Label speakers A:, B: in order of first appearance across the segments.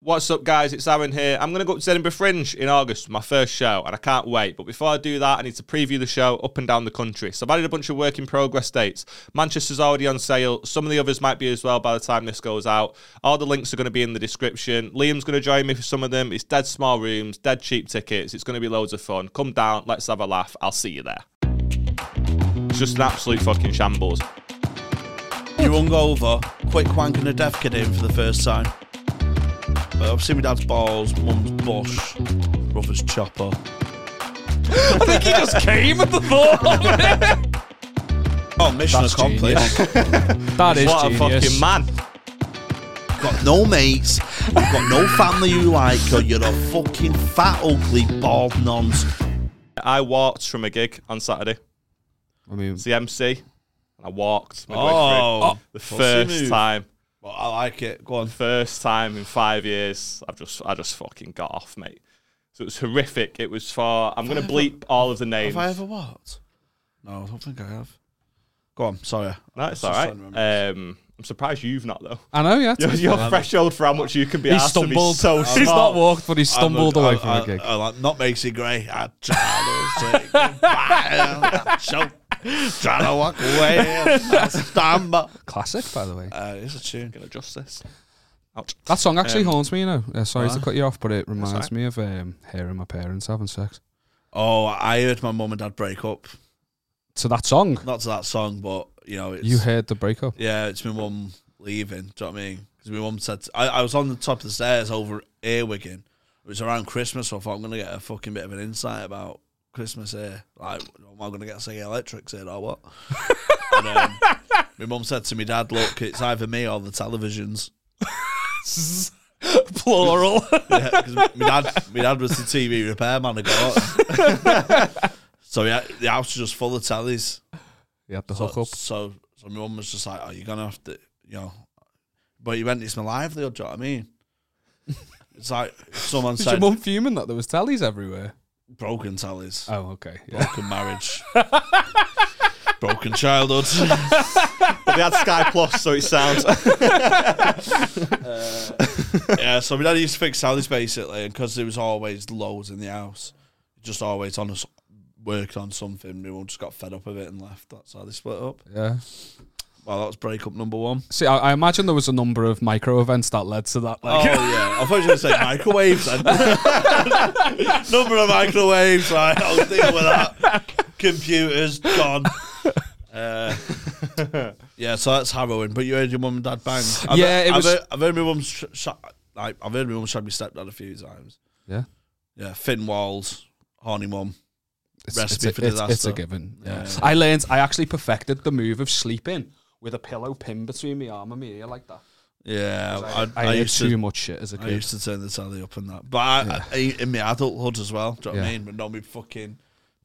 A: What's up, guys? It's Aaron here. I'm going to go up to Edinburgh Fringe in August, my first show, and I can't wait. But before I do that, I need to preview the show up and down the country. So I've added a bunch of work in progress dates. Manchester's already on sale. Some of the others might be as well by the time this goes out. All the links are going to be in the description. Liam's going to join me for some of them. It's dead small rooms, dead cheap tickets. It's going to be loads of fun. Come down, let's have a laugh. I'll see you there. It's just an absolute fucking shambles.
B: You're hungover, quick wanking a deaf kid in for the first time. Uh, I've seen my dad's balls, mum's bush, brother's chopper.
A: He just came at the thought.
B: Oh, mission accomplished.
C: That is
A: What a
C: genius.
A: fucking man.
B: got no mates, you've got no family you like, or you're a fucking fat, ugly, bald nonce.
A: I walked from a gig on Saturday.
C: I mean,
A: It's the MC. And I walked. midway
B: Oh,
A: through. the
B: pussy
A: first
B: move.
A: time,
B: Well, I like it. Go on.
A: first time in five years, I've just, I just fucking got off, mate. So it was horrific. It was for. I'm gonna bleep all of the names.
B: Have I ever what? No, I don't think I have. Go on. Sorry.
A: No, it's
B: I was just
A: all right.
B: trying to remember.
A: Um, I'm surprised you've not though.
C: I know, yeah.
A: Your, your threshold for how much you can be
C: he
A: asked to be
C: stumbled.
A: so
C: He's not
A: small.
C: walked, but he stumbled
B: I'm-
C: away
B: I'm-
C: from
B: I,
C: the gig.
B: I, like, not Macy Gray. I try to say goodbye. So, try to walk away. I stand by.
C: Classic, by the way.
B: Uh, it's a tune.
A: Gonna adjust this. Ouch.
C: That song actually
A: Um,
C: haunts me, you know. Uh, sorry to
B: what?
C: cut you off, but it reminds
A: alright.
C: me of um, hearing my parents having sex.
B: Oh, I heard my mum and dad break up.
C: To that song,
B: Not to that song, but you know, it's,
C: you heard the breakup.
B: yeah, it's my mum leaving. Do you know what I mean? Because my mum said I, I was on the top of the stairs over Earwiggin. It was around Christmas, so I thought I'm gonna get a fucking bit of an insight about Christmas here. Like, am I gonna get say electrics here or what? and, um, my mum said to me, "Dad, look, it's either me or the televisions."
A: Plural.
B: Yeah, because my dad, my dad was the TV repairman. I got. so yeah, the house was just full of tellies.
C: You had the
B: So-
C: hook up.
B: So, so my mum was just like, "Oh, you're gonna have to, you know." But you went, "It's my livelihood." Do you know what I mean? it's like someone
C: Did
B: said,
C: your mum fuming that there was tellies everywhere?
B: "Broken tallies,
C: Oh, okay. Yeah.
B: broken marriage, broken childhood."
A: but they had Sky Plus, so it sounds.
B: yeah, so my dad used to fix tallies basically, and because there was always loads in the house, just always on us working on something. We all just got fed up of it and left. That's how they split up.
C: yeah.
B: Well, that was breakup number one.
C: See, I, I imagine there was a number of micro events that led to that.
B: Oh
C: Like,
B: yeah, I thought you were going to say microwaves. Then. Number of microwaves, right? I'll deal with that. Computers gone. Uh, yeah, so that's harrowing. But you heard your mum and dad bang. I've
C: Yeah, it
B: I've
C: was-
B: Heard, I've heard my mum sh- sh- like I've heard my mum shag my stepdad a few times.
C: yeah.
B: Yeah, thin walls, horny mum.
C: It's,
B: Recipe
C: it's,
B: for
C: a, it's- It's,
B: disaster.
C: a given. Yeah.
B: Yeah.
C: I learned. I actually perfected the move of sleeping with a pillow pinned between my arm and my ear like that.
B: Yeah, I, I,
C: I, ate
B: used
C: too
B: to.
C: much shit as a
B: I
C: kid.
B: used to turn the telly up and that, but I, I, in my adulthood as well. Do you know what I
C: Yeah.
B: mean? But not me fucking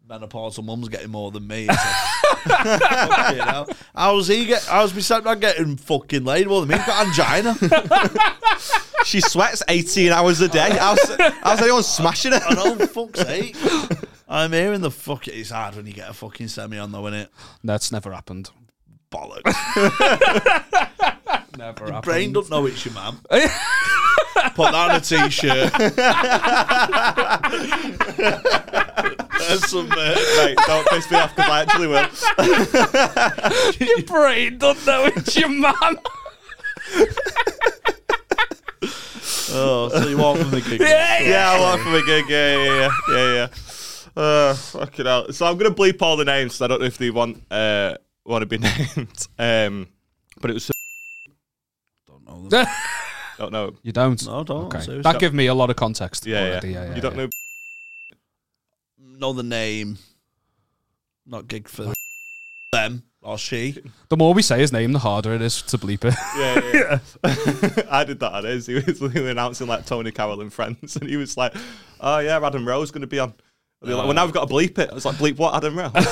B: menopausal mum's getting more than me. It's like, fucking hell. How's he get? How's my stepdad getting fucking laid more than me? He's got angina.
A: she sweats 18 hours a day. How's, how's anyone smashing her?
B: I know, fuck's sake. I'm hearing the fuck. It's hard when you get a fucking semi on though, innit?
C: That's never happened.
B: Bollocks.
C: Never
B: Brain don't know it's your mum. Put that on a t-shirt. There's some. Uh,
A: Mate, don't piss me off because I actually will.
C: Your brain doesn't know it's your man.
B: oh, so you walk from the gig.
A: Yeah, I want from a gig. Yeah, yeah, yeah, yeah. yeah. Uh, fucking hell. So I'm gonna bleep all the names. 'cause I don't know if they want uh, want to be named. Um, but it was
B: Don't know them.
A: don't know.
C: You don't.
B: No, don't.
C: okay.
B: seriously.
C: That give me a lot of context.
A: Yeah, yeah.
C: already. yeah. yeah,
A: You don't
C: yeah.
A: know.
B: know the name. Not gig for them or she.
C: The more we say his name, the harder it is to bleep it.
A: Yeah, yeah. yeah. I did that. At his. He was he was announcing like Tony Carroll and Friends, and he was like, "Oh yeah, Adam Rowe's gonna be on." And they're like, well, now we've got to bleep it. I was like, bleep what, Adam Rowe? and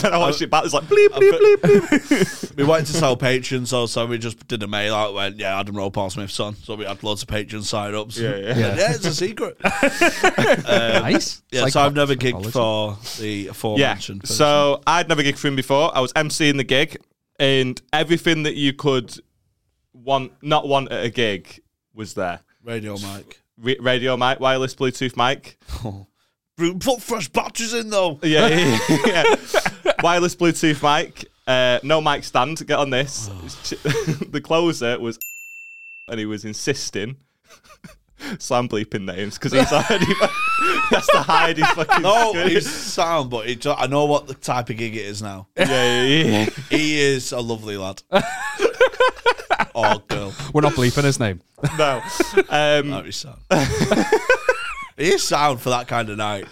A: then I watched it back. It's like, bleep, bleep, bleep, bleep.
B: We wanted to sell patrons, so so we just did a mail out. Went yeah, Adam Rowe, Paul Smith's son. So we had loads of patron sign ups.
A: Yeah, yeah.
B: yeah. it's a secret.
C: nice.
B: Yeah, so I've never gigged for the aforementioned. person.
A: So I'd never gigged for him before. I was emceeing the gig, and everything that you could want, not want at a gig, was there.
B: Radio mic.
A: Re- radio mic, wireless Bluetooth mic.
B: Bru- Put fresh batteries in though.
A: Yeah, yeah, yeah. wireless Bluetooth mic. Uh, no mic stand. Get on this. the closer was, and he was insisting. so I'm bleeping names because he's already that's to hide his fucking.
B: No,
A: skin.
B: he's sound, but he, I know what the type of gig it is now.
A: yeah, yeah, yeah.
B: He is a lovely lad. oh, girl.
C: We're not bleeping his name.
A: no. Um,
B: That is sound. he is sound for that kind of night.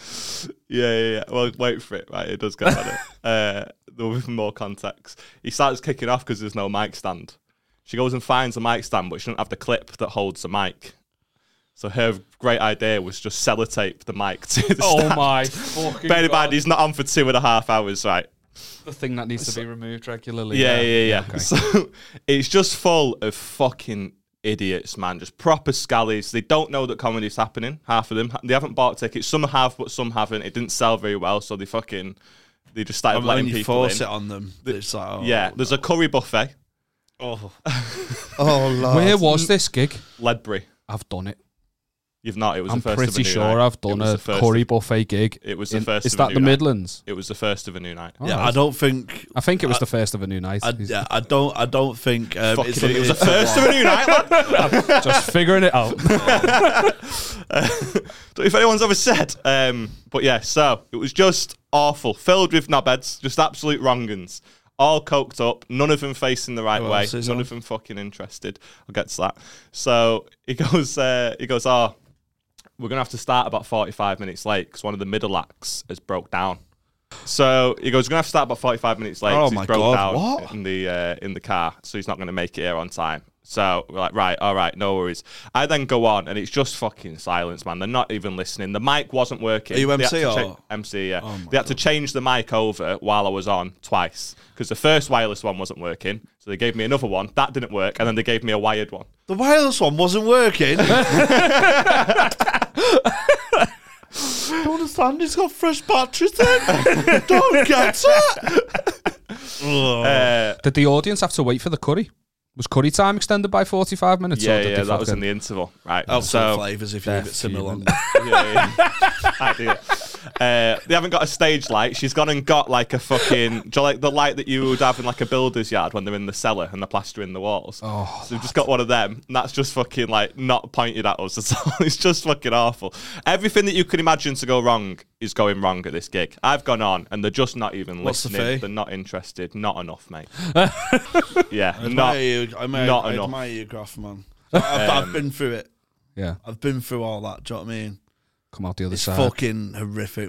A: Yeah, yeah, yeah. Well, wait for it. Right, it does get better. uh, there'll be more context. He starts kicking off because there's no mic stand. She goes and finds a mic stand, but she doesn't have the clip that holds the mic. So her great idea was just sellotape the mic to the stand.
C: Oh my fucking
A: Bear in mind, he's not on for two and a half hours, right?
C: The thing that needs to be removed regularly.
A: Yeah, yeah, yeah. So it's just full of fucking idiots, man. Just proper scallies. They don't know that comedy's happening. Half of them, they haven't bought tickets. Some have, but some haven't. It didn't sell very well, so they fucking they just started
B: And when
A: letting
B: you
A: people
B: force
A: in.
B: it on them, it's like, oh,
A: Yeah, there's a curry buffet,
B: Oh, oh Lord.
C: Where was this gig?
A: Ledbury.
C: I've done it.
A: You've not. It was
C: I'm
A: the first of
C: pretty
A: a new
C: sure
A: night.
C: I've
A: It
C: done
A: was
C: a
A: the first
C: curry
A: Of,
C: buffet gig.
A: it was the
C: in-
A: first
C: Is
A: of a
C: that
A: new
C: the
A: night.
C: Midlands?
A: it was the first of a new night.
B: Yeah,
C: Alright.
B: I don't think.
C: I think it was the first of a new night.
B: I,
C: He's
B: yeah, I don't. I don't think. Um,
A: Fucking
B: it's
A: it was the
B: it's-
A: first of a new night. lad.
C: Just figuring it out.
A: So if anyone's ever said, um, but yeah, so it was just awful, filled with knobheads, just absolute wrongins, all coked up, none of them facing the right
B: Who
A: way,
B: else is
A: none
B: on?
A: of them fucking interested. I'll get to that. So he goes, uh, he goes, oh, we're gonna have to start about forty-five minutes late because one of the middle acts has broke down. So he goes, we're gonna have to start about forty-five minutes late.
B: Oh
A: 'cause
B: my
A: he's broke
B: God,
A: down
B: what?
A: in the uh, in the car, so he's not going to make it here on time. So we're like, right, all right, no worries. I then go on, and it's just fucking silence, man. They're not even listening. The mic wasn't working.
B: Are you
A: They had
B: MC
A: to
B: or- Oh
A: cha- MC? Yeah, they had to change the mic over while I was on twice because the first wireless one wasn't working. So they gave me another one that didn't work, and then they gave me a wired one.
B: The wireless one wasn't working. don't understand. It's got fresh batteries in. don't get it. Ugh.
A: Uh,
C: Did the audience have to wait for the curry? Was curry time extended by 45 minutes?
A: yeah,
C: or did
A: yeah,
C: they
A: that was in
C: fucking-
A: the interval, right?
B: Oh,
A: Um, so
B: some flavors if you leave it similar.
C: human.
B: long.
A: yeah, yeah. Ideal. Uh, they haven't got a stage light. She's gone and got like a fucking, do you like the light that you would have in like a builder's yard when they're in the cellar and they're plastering the walls.
C: Oh,
A: so we've just got one of them, and that's just fucking like not pointed at us at all. It's just fucking awful. Everything that you can imagine to go wrong is going wrong at this gig. I've gone on, and they're just not even
B: What's the
A: listening.
B: fee?
A: They're not interested. Not enough, mate. yeah, not.
B: admire you, I admire,
A: not
B: I
A: enough. Um,
B: admire you, Graf, man. I've, I've been through it.
C: Yeah,
B: I've been through all that. Do you know what I mean?
C: come out the other
B: It's
C: side.
B: fucking horrific,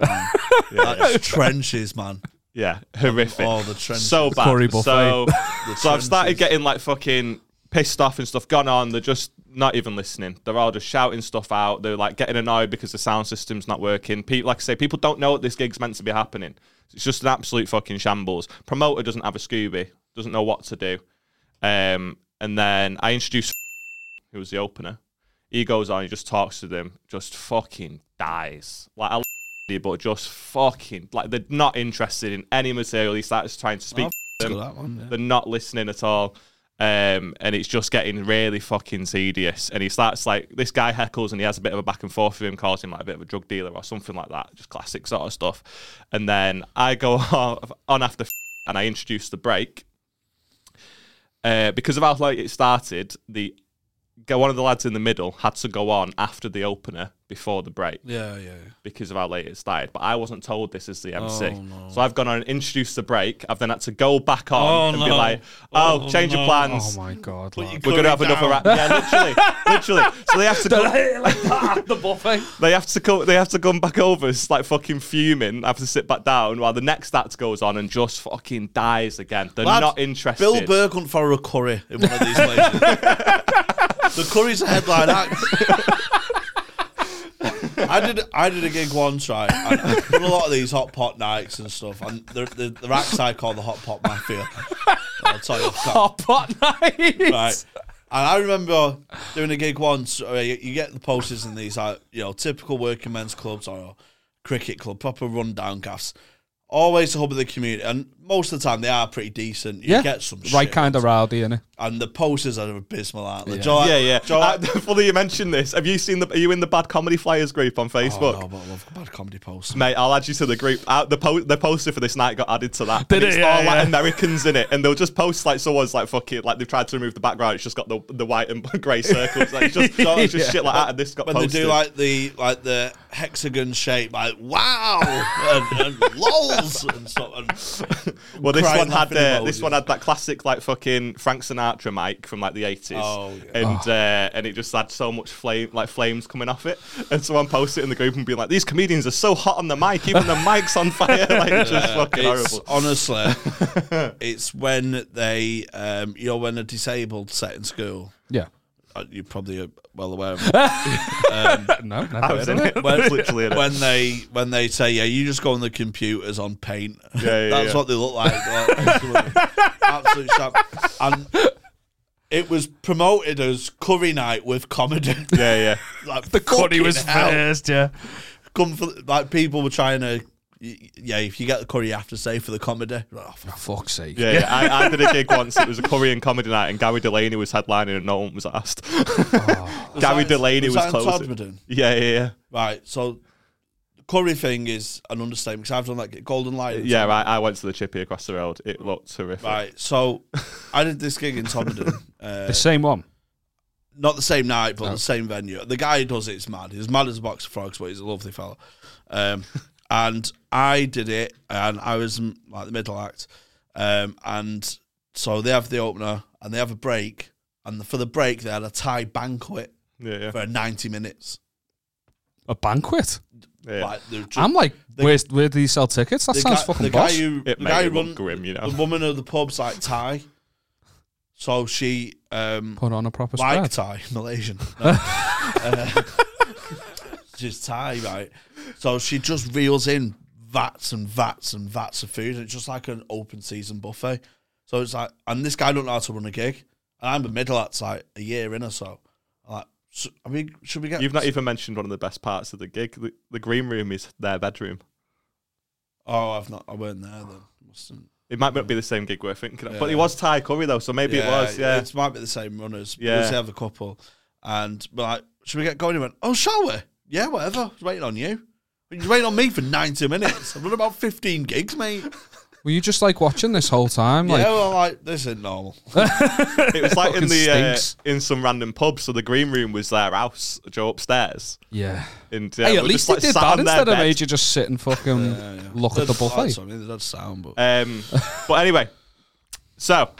B: man. That's trenches, man.
A: Yeah, horrific.
B: Oh, the trenches.
A: so bad.
C: curry buffet.
A: So,
B: The
A: so I've started
B: trenches.
A: getting like fucking pissed off and stuff gone on. They're just not even listening. They're all just shouting stuff out. They're like getting annoyed because the sound system's not working. People, like I say, people don't know that this gig's meant to be happening. It's just an absolute fucking shambles. Promoter doesn't have a Scooby, doesn't know what to do. Um, and then I introduced who was the opener. He goes on, he just talks to them, just fucking dies. Like I love but just fucking like they're not interested in any material. He starts trying to speak to them.
B: Look at that one, yeah.
A: They're not listening at all. Um, and it's just getting really fucking tedious. And he starts like this guy heckles and he has a bit of a back and forth with him, calls him like a bit of a drug dealer or something like that, just classic sort of stuff. And then I go on after and I introduce the break. Uh, because of how late it started, the go one of the lads in the middle had to go on after the opener before the break
B: Yeah, yeah.
A: because of how late it started. But I wasn't told this as the MC.
B: Oh, no.
A: So I've gone on and introduced the break. I've then had to go back on
B: Oh,
A: and be
B: no.
A: like, oh,
B: Oh,
A: change
B: no.
A: of
C: Oh
A: plans.
C: my god!
B: But you
C: lad.
A: We're going to have another round. Yeah, literally. literally. So they have to go,
C: the buffet.
A: they have to go, they have to come back over. It's like fucking fuming. I have to sit back down while the next act goes on and just fucking dies again. They're
B: Lads,
A: not interested.
B: Bill Burke went for a curry in one of these places. the curry's a headline act. I did I did a gig once, right? and I've done a lot of these hot pot nights and stuff, and the the, the acts I call the hot pot mafia. I'll tell you, off top,
C: Oh, pot night.
B: right? And I remember doing a gig once. uh, You, you get the posters in these, like you know, typical working men's clubs or cricket club, proper rundown gaffs. always the hub of the community, and most of the time they are pretty decent. You
C: yeah,
B: get some
C: right
B: shit.
C: kind of rowdy, innit?
B: and the posters are abysmal, aren't they?
C: Yeah.
B: Do you like-
A: yeah, yeah.
B: do you like-
A: Uh, funny you mentioned this. Have you seen the? Are you in the bad comedy flyers group on Facebook?
B: Oh, no, but I love bad comedy posts.
A: Mate, I'll add you to the group. Uh, the, po- the poster for this night got added to that.
C: Did
A: And it's
C: it? Yeah,
A: all like
C: yeah.
A: Americans in it, and they'll just post like someone's like fuck it, like they've tried to remove the background. It's just got the the white and grey circles. Like, it's just, it's just
C: Yeah.
A: shit like that. And this got
B: When
A: posted.
B: they do like the like the hexagon shape, like wow and, and lols and stuff. And
A: Well, this
B: crying
A: one had
B: laughing
A: uh, this
B: emojis.
A: one had that classic like fucking Frank Sinatra mic from like the eighties,
B: Oh, yeah.
A: and uh, and it just had so much flame like flames coming off it. And someone posted it in the group and being like, "These comedians are so hot on the mic, even the mic's on fire." Like it's just fucking
B: it's
A: horrible.
B: honestly, it's when they um, you know when a disabled set in school.
C: Yeah.
B: uh, You're probably uh, well aware of it.
C: No, never
A: I
C: heard
A: was
C: of
A: in
C: it.
A: it. I was literally in it.
B: when they when they say yeah, you just go on the computers on paint.
A: yeah,
B: that's
A: yeah.
B: what they look like. They're like, absolute, absolute sham. And it was promoted as curry night with comedy.
A: Yeah, yeah.
B: like
C: The curry was
B: hell.
C: first, yeah.
B: Come for like people were trying to. y- Yeah, if you get the curry, you have to say for the comedy. Like, oh, fuck.
C: Fuck's sake.
A: Yeah, yeah. I, I did a gig once. It was a Korean comedy night, and Gary Delaney was headlining, and no one was asked. Gary
B: that-
A: Delaney
B: was
A: was,
B: that in
A: closing.
B: Todmorden?
A: Yeah, yeah, yeah.
B: Right, so the curry thing is an understatement because I've done like golden light.
A: Yeah, right. I went to the chippy across the road. It looked terrific.
B: Right, so I did this gig in Todmorden. Uh,
C: The same one.
B: not the same night, but the same venue. The guy who does it is mad. He's mad as a box of frogs, but he's a lovely fella. Um, and I did it, and I was mm, like the middle act. Um, and so they have the opener, and they have a break, and for the break they had a Thai banquet
A: Yeah, yeah.
B: for ninety minutes.
C: A banquet.
A: yeah.
B: Like they were just,
C: I'm like,
B: the-
C: where's, where do you sell tickets? That
B: the
C: sounds
B: guy,
C: fucking
B: the
C: boss.
B: guy who
A: it
B: the
A: made
B: guy who
A: it look
B: run,
A: grim, you know.
B: the woman of the pub's like Thai, so she um,
C: Put on a proper
B: like
C: spread.
B: Thai, Malaysian. No. Uh, she's Thai, right? So she just reels in vats and vats and vats of food, and it's just like an open season buffet. So it's like, and this guy don't know how to run a gig, and I'm the middle that's like a year in or so. I'm like, so, I mean, should we get?
A: You've not even mentioned one of the best parts of the gig. The, the green room is their bedroom. e-
B: oh, I've not. I weren't there then. Mustn't.
A: It might not be the same gig we're thinking of, but
B: Yeah.
A: it was Thai curry though, so maybe it was. Yeah,
B: It might be the same runners.
A: Yeah.
B: Yeah. We have a couple. And we're like, should we get going? He went, oh, shall we? Yeah, whatever. I was waiting on you. You're waiting on me for 90 minutes. I've run about 15 gigs, mate.
C: Were you just like watching this whole time? Like,
B: yeah, well, like, this ain't normal.
A: it was like in
C: Fucking
A: the uh,
C: stinks.
A: in some random pub. So the green room was their house, Joe upstairs,
C: yeah.
A: and uh,
C: Hey, at
A: we're just,
C: least they
A: like, sat
C: did that
A: on their
C: instead of
A: bed.
C: made you just sit and fucking look at the buffet.
B: Something that sound, but
A: Um, but anyway, so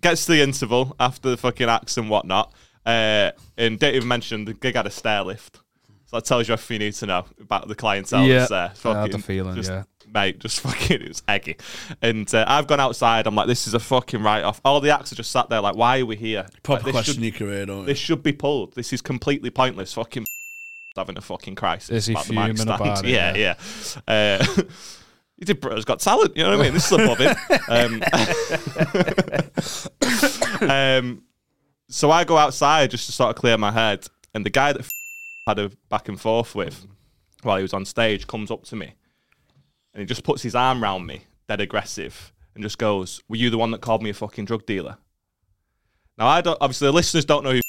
A: gets to the interval after the fucking acts and whatnot. Uh, and don't even mention the gig had a stair lift. So that tells you everything you need to know about the clientele
C: Yeah,
A: that's there.
C: I had the
A: Fucking
C: feeling,
A: just-
C: yeah.
A: Mate, just fucking, it was eggy. And uh, I've gone outside. I'm like, this is a fucking write off. All the acts are just sat there, like, why are we here?
B: proper
A: Like, this,
B: question
A: should,
B: your career, don't you?
A: this should be pulled. This is completely pointless. Fucking having a fucking crisis.
C: Is he
A: about the mic
C: fuming
A: stand.
C: about it,
A: Yeah, yeah. Uh, he did Britain's Got Talent. You know what I mean? This is above him. Um, um, so I go outside just to sort of clear my head, and the guy that had a back and forth with while he was on stage comes up to me, and he just puts his arm round me, dead aggressive, and just goes, "Were you the one that called me a fucking drug dealer?" Now I don't. Obviously, the listeners don't know who.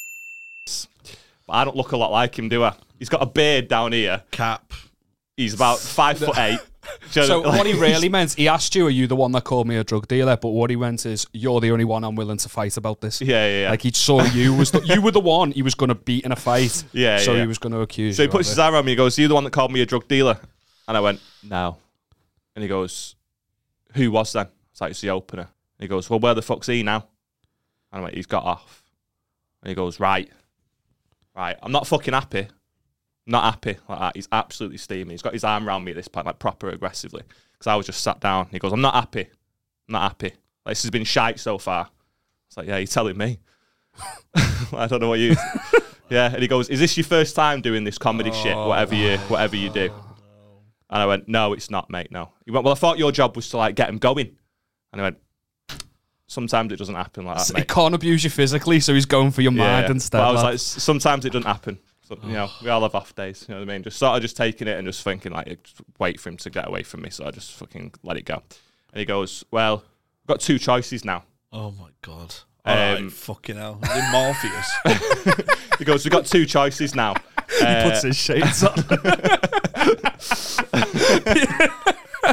A: is, But I don't look a lot like him, do I? He's got a beard down here.
B: Cap.
A: He's about five foot eight. Do you
C: So
A: know- like-
C: what he really meant, he asked you, "Are you the one that called me a drug dealer?" But what he meant is, "You're the only one I'm willing to fight about this."
A: Yeah, yeah, yeah.
C: Like he saw you was the, you were the one he was going to beat in a fight.
A: Yeah,
C: So
A: yeah.
C: he was going to accuse
A: So
C: you.
A: he puts
C: of
A: his
C: it.
A: arm around me. He goes, "You the one that called me a drug dealer?" And I went, "No." And he goes, "Who was then?" It's like it's the opener. And he goes, "Well, where the fuck's he now?" And I went, "He's got off." And he goes, "Right, right. I'm not fucking happy. Not happy like that. He's absolutely steaming. He's got his arm around me at this point, like proper aggressively, because I was just sat down. He goes, "I'm not happy. I'm not happy. Like, this has been shite so far." It's like, "Yeah, you're telling me." I don't know what you. Yeah, and he goes, "Is this your first time doing this comedy shit? Whatever you, whatever you do." And I went, "No, it's not, mate. No." He went, "Well, I thought your job was to like get him going," and I went, "Sometimes it doesn't happen like that,
C: So he
A: mate."
C: can't abuse you physically, so he's going for your mind
A: Yeah.
C: instead.
A: But I was
C: lad.
A: like, "S- "Sometimes it doesn't happen. So, you know, we all have off days. You know what I mean? Just sort of just taking it and just thinking like, just wait for him to get away from me. So I just fucking let it go. And he goes, well, I've got two choices now.
B: Oh my god. Alright,
A: Um,
B: fucking hell. Is it Morpheus?
A: He goes, we've got two choices now. Uh,
D: Puts his shades on.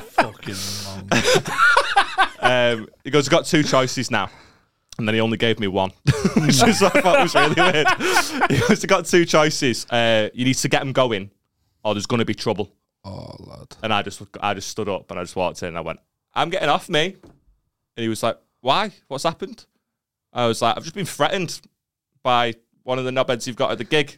B: fucking monk.
A: um, he goes, I've got two choices now. And then he only gave me one, which is what I thought was really weird. He goes, I've got two choices. Uh, you need to get him going, or there's going to be trouble.
C: Oh, lad.
A: And I just, I just stood up and I just walked in and I went, I'm getting off me. And he was like, Why? What's happened? I was like, I've just been threatened by one of the knobheads you've got at the gig.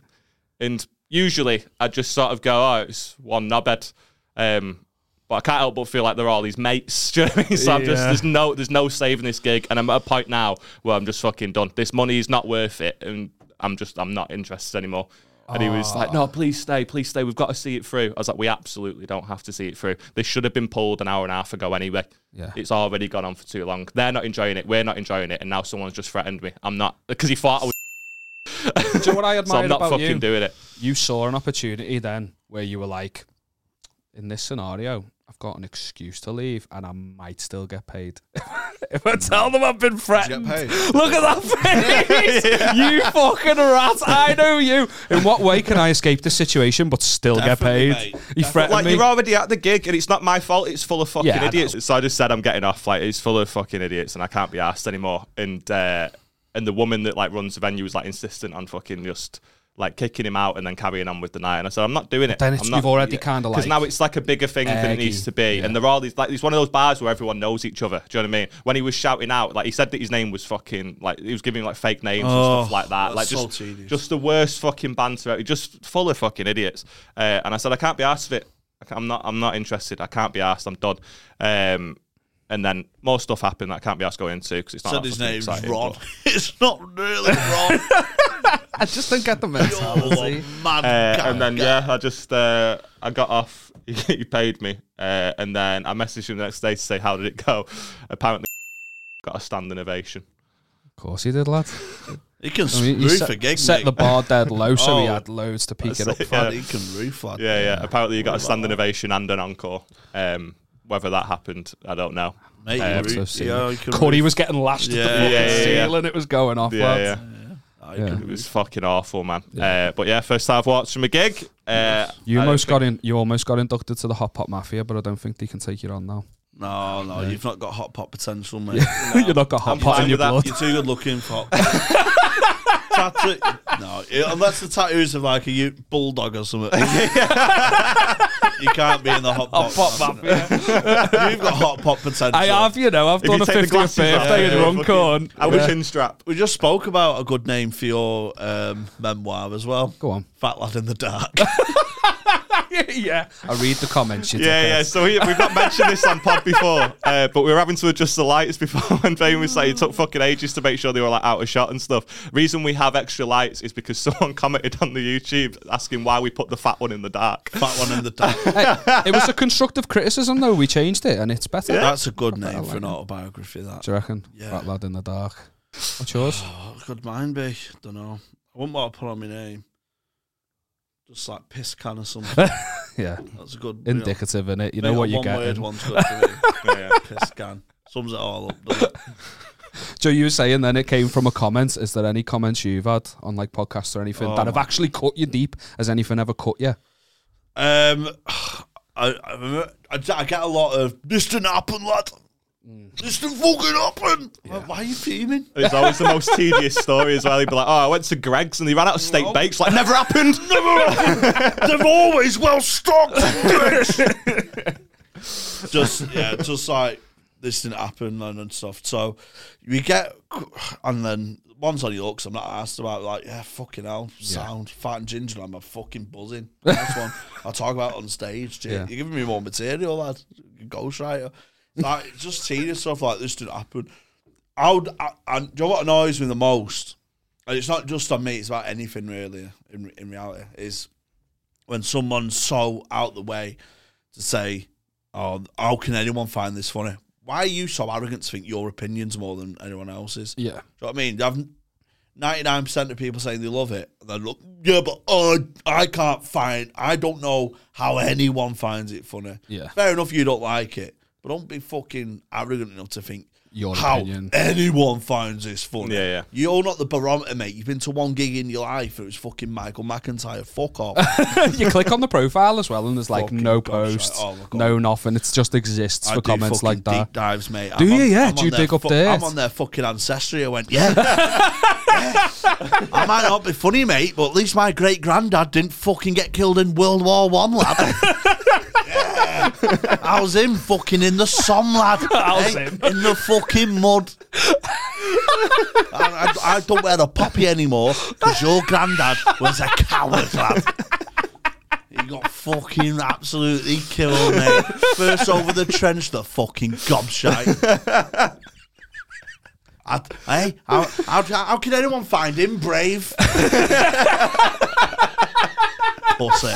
A: And usually I just sort of go, Oh, it's one knobhead. Um, but I can't help but feel like they're all these mates. Do you know what I mean? So I'm just
D: Yeah.
A: there's no there's no saving this gig, and I'm at a point now where I'm just fucking done. This money is not worth it, and I'm just I'm not interested anymore. And he was like, "No, please stay, please stay. We've got to see it through." I was like, "We absolutely don't have to see it through. This should have been pulled an hour and a half ago anyway.
C: Yeah.
A: It's already gone on for too long. They're not enjoying it. We're not enjoying it, and now someone's just threatened me. I'm not because he thought I was,
C: Do you know what I
A: so I'm
C: admired
A: not
C: about
A: fucking
C: you?
A: doing it.
C: you saw an opportunity then where you were like, in this scenario, I've got an excuse to leave and I might still get paid. if I tell them I've been
B: Get
C: threatened.
B: paid.
C: Look at that face! You fucking rat! I know you. In what way can I escape this situation but still
B: Definitely,
C: get paid?
B: mate.
C: You threatened
A: like
C: me.
A: you're already at the gig and it's not my fault it's full of fucking
C: Yeah, I
A: idiots so i just said i'm getting off like it's full of fucking idiots and i can't be asked anymore and uh and the woman that like runs the venue was like insistent on fucking just like kicking him out and then carrying on with the night and i said i'm not doing it
C: then it's-
A: I'm not-
C: you've already kinda
A: because
C: like-
A: now it's like a bigger thing than it
C: Eggy.
A: needs to be and there are all these like it's one of those bars where everyone knows each other do you know what i mean when he was shouting out like he said that his name was fucking like he was giving like fake names
B: Oh,
A: and stuff like that like
B: that's so
A: just
B: tedious.
A: just the worst fucking banter. Just full of fucking idiots. Uh, and I said, I can't be asked of it. I ca- I'm not. I'm not interested. I can't be asked. I'm done. Um, and then more stuff happened that I can't be asked to go into because it's not.
B: Said
A: that
B: his
A: fucking
B: name's
A: exciting,
B: Ron.
A: but-
B: It's not really Ron.
C: I just don't get the
B: You're a
C: mentality.
B: mad
A: Uh,
B: guy.
A: and then yeah, I just uh, I got off. he paid me, uh, and then I messaged him the next day to say how did it go. Apparently, got a standing ovation.
C: of course he did, lad.
B: He can
C: I mean, you
B: roof
C: set,
B: a gig.
C: set the
B: mate.
C: bar dead low so he
B: Oh.
C: had loads to pick it up
A: it,
C: for.
B: Lad, He can roof lad.
A: Yeah, yeah. Apparently, you got a standing ovation and an encore. Um, whether that happened, I don't know.
B: Mate,
A: Um,
B: he,
C: So
B: roof,
C: silly.
B: yeah, he can
C: Cody
B: roof.
C: was getting lashed at the
B: Yeah,
C: fucking
A: yeah, yeah, yeah.
C: ceiling. It was going off,
A: Yeah,
C: lads.
A: yeah.
B: Oh, he can
A: It
B: roof.
A: was fucking awful, man. Uh, but yeah, first time I've watched from a gig. Uh,
C: You
A: I don't
C: almost
A: think-
C: got in. You almost got inducted to the Hot Pot Mafia, but I don't think they can take you on now.
B: No, no, you've not got hot pot potential, mate.
C: You're not got hot
A: I'm
C: pot
A: fine
C: in your
A: with that.
C: blood.
B: You're too good looking for tattoo. No, i- unless the tattoos are like a u- bulldog or something. you can't be in the hot pot.
C: Mafia.
B: You've got hot pot potential.
C: I have, you know, I've
A: If you
C: done a
A: take the
C: 50th
A: glasses off,
C: birthday
A: yeah,
C: in one
A: fucking-
C: corn.
A: I was in strap.
B: We just spoke about a good name for your um, memoir as well.
C: Go on.
B: Fat lad in the dark.
C: yeah, I read the comments. You
A: Yeah, yeah. So we, we've not mentioned this on pod before, uh, but we were having to adjust the lights before. And Fame was like, it took fucking ages to make sure they were like out of shot and stuff. Reason we have extra lights is because someone commented on the YouTube asking why we put the fat one in the dark.
B: Fat one in the dark.
C: yeah. it was a constructive criticism, though. We changed it, and it's better.
B: That's a good name for an autobiography. That
C: Do you reckon?
B: Yeah.
C: Fat lad in the dark. What's yours?
B: What could mine be? Don't know. I wouldn't want to put on my name. Just like piss can or something.
C: yeah,
B: That's a good.
C: indicative in it. You know
B: Mate,
C: what you
B: one Word,
C: get.
B: one's good for me.
A: Yeah,
B: piss can sums it all up. doesn't it?
C: So you were saying then it came from a comment. Is there any comments you've had on like podcasts or anything that have actually cut you deep? Has anything ever cut you?
B: Um, I, I, remember- I, I get a lot of this didn't happen, lad.
C: Mm.
B: This didn't fucking happen. Why are you fuming?
A: It's always the most tedious story as well. He'd be like, oh, I went to Greg's and they ran out of steak bakes. Like, never happened.
B: They've always well stocked. just yeah, just like this didn't happen and, and stuff. So we get and then one's on your looks. I'm not asked about like yeah, fucking hell, sound fat and ginger. I'm a fucking buzzing. That's one I talk about on stage. Gee,
C: Yeah.
B: You're giving me more material, lad. Ghostwriter, like it's just tedious stuff like this didn't happen. I would, I, and do you know what annoys me the most? And it's not just on me; it's about anything really. In in reality, is when someone's so out the way to say, "Oh, how can anyone find this funny? Why are you so arrogant to think your opinion's more than anyone else's?"
C: Yeah.
B: Do you know what I mean? I've, 99% of people saying they love it. And they're like, yeah, but uh, I can't find, I don't know how anyone finds it funny.
C: Yeah.
B: Fair enough, you don't like it, but don't be fucking arrogant enough to think
C: Your
B: how
C: opinion.
B: anyone finds this funny.
A: Yeah, yeah.
B: You're not the barometer, mate. You've been to one gig in your life. It was fucking Michael McIntyre. Fuck off.
C: you click on the profile as well, and there's like
B: Fucking
C: no
B: gosh, right.
C: posts,
B: Oh, my God.
C: no nothing. It just exists
B: I
C: for
B: do
C: comments
B: fucking
C: like that.
B: Deep dives, mate.
C: Do
B: I'm
C: you?
B: on-
C: Yeah.
B: I'm
C: Do
B: on
C: you
B: their
C: dig up
B: fu-
C: dirt?
B: I'm on their fucking ancestry. I went, yeah. Yeah. I might not be funny, mate, but at least my great granddad didn't fucking get killed in World War One, lad. Yeah. I was him fucking in the Somme, lad. I
C: was him.
B: in the fucking mud. I, I, I don't wear a poppy anymore because your granddad was a coward, lad. He got fucking absolutely killed, mate. First over the trench, the fucking gobshite. I, hey, how, how, how can anyone find him brave? Pussy.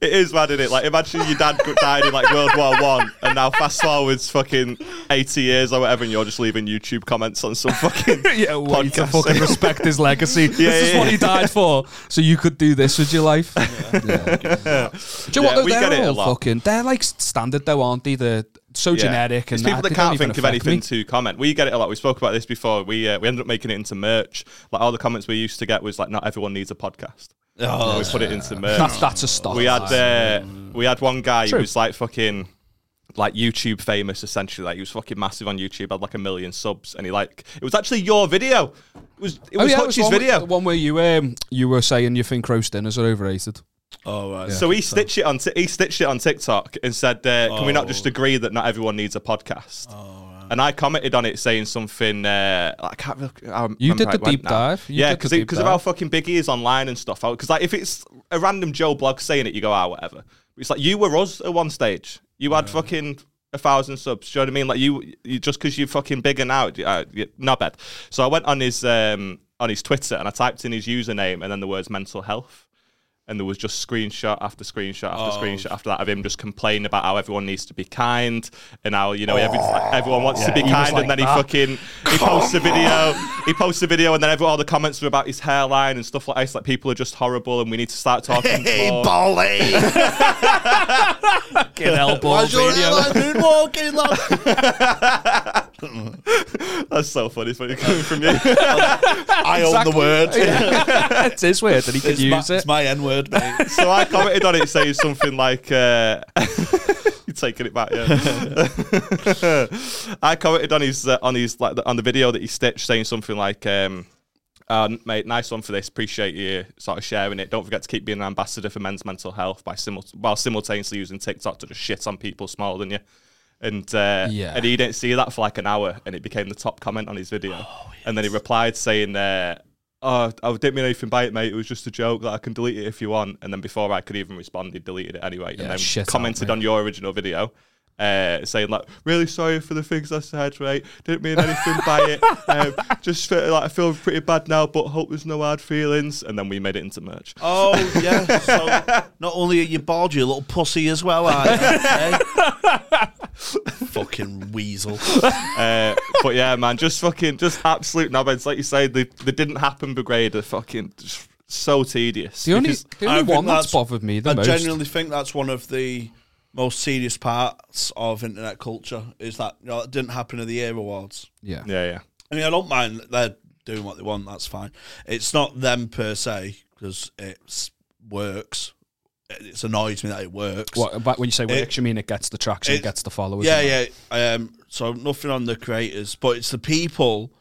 A: It is mad, isn't it? Like, imagine your dad got- died in like World War One, and now fast forwards fucking eighty years or whatever, and you're just leaving YouTube comments on some fucking
C: yeah, well, you to
A: Podcast.
C: fucking respect his legacy.
A: Yeah,
C: this is
A: yeah,
C: what he
A: yeah.
C: died for. So you could do this with your life. Do you know
A: Yeah,
C: what? Though,
A: we
C: they're
A: get it a
C: all
A: lot.
C: fucking. They're like s- standard, though, aren't they? They're so
A: Yeah.
C: generic and
A: it's people
C: that,
A: that
C: they don't
A: can't
C: even
A: think of
C: affect
A: anything
C: me.
A: to comment. We get it a lot. We spoke about this before. We uh, we ended up making it into merch. Like all the comments we used to get was like, not everyone needs a podcast.
B: Oh,
A: we put it into merch.
C: That's that's a start.
A: uh, we had uh, we had one guy
C: True.
A: who was like fucking like YouTube famous essentially. Like he was fucking massive on YouTube, had like a million subs, and he like it was actually your video. It was it was
C: Oh, it was
A: Hutch's
C: one,
A: video.
C: The one where you um you were saying you think roast dinners are overrated.
B: oh, right.
A: So he stitched it on t- he stitched it on TikTok and said, uh, "Can we not
C: Oh.
A: just agree that not everyone needs a podcast?" And I commented on it saying something. Uh, I can't. Really, I rem-
C: You
A: remember how
C: did the
A: it went
C: deep
A: now.
C: dive. You
A: yeah,
C: did the
A: because
C: deep
A: because of how
C: dive.
A: fucking big he is online and stuff. Because like if it's a random Joe blog saying it, you go, "Ah, whatever." It's like you were us at one stage. You had fucking a thousand subs. Do you know what I mean? Like you, you just because you're fucking bigger now, uh, you, not bad. So I went on his um, on his Twitter and I typed in his username and then the words mental health and there was just screenshot after screenshot
C: Oh.
A: after screenshot after that of him just complaining about how everyone needs to be kind and how you know every, everyone wants to be
C: Oh. he was
A: kind and
C: like
A: then
C: that.
A: he fucking he posts a video he posts a video and then every, all the comments were about his hairline and stuff like this like people are just horrible and we need to start talking
B: Hey,
A: more.
B: Bolly! Why's your hairline moonwalking, lad?
A: that's so funny it's funny coming from you
B: I own the word.
C: it is weird that he could
B: It's, my,
C: use
B: it's
C: it.
B: my N word, mate.
A: so I commented on it saying something like uh, you're taking it back yeah I commented on his uh, on his like the, on the video that he stitched saying something like um uh, n- mate, nice one for this. Appreciate you sort of sharing it. Don't forget to keep being an ambassador for men's mental health by simul- while simultaneously using TikTok to just shit on people smaller than you. And uh,
C: Yeah.
A: and he didn't see that for like an hour, and it became the top comment on his video. And then he replied saying, uh, "Oh, I didn't mean anything by it, mate. It was just a joke. Like I can delete it if you want." And then before I could even respond, he deleted it anyway,
C: Yeah,
A: and then
C: shit out,
A: commented
C: mate.
A: on your original video. Uh, saying like, really sorry for the things I said, right? Didn't mean anything by it. Um, just feel, like I feel pretty bad now, but hope there's no hard feelings. And then we made it into merch.
B: Oh yeah. So not only are you bald, you're a little pussy as well, are you? Eh? Fucking weasel.
A: Uh, but yeah, man, just fucking, just absolute knobheads. Like you say, they, they didn't happen brigade are fucking just so tedious.
C: The only,
A: Because-
C: the
B: I
C: only
B: think
C: one that's,
B: that's-
C: bothered me the
B: I
C: most.
B: genuinely think that's one of the most serious parts of internet culture is that you know, it didn't happen at the Year Awards.
C: yeah.
A: yeah, yeah.
B: I mean, I don't mind that they're doing what they want. That's fine. It's not them per se because it works. It- It's annoys me that it works.
C: What, but when you say works, you mean it gets the traction, it,
B: it-
C: gets the followers.
B: Yeah,
C: and that.
B: yeah. Um, so nothing on the creators, but it's the people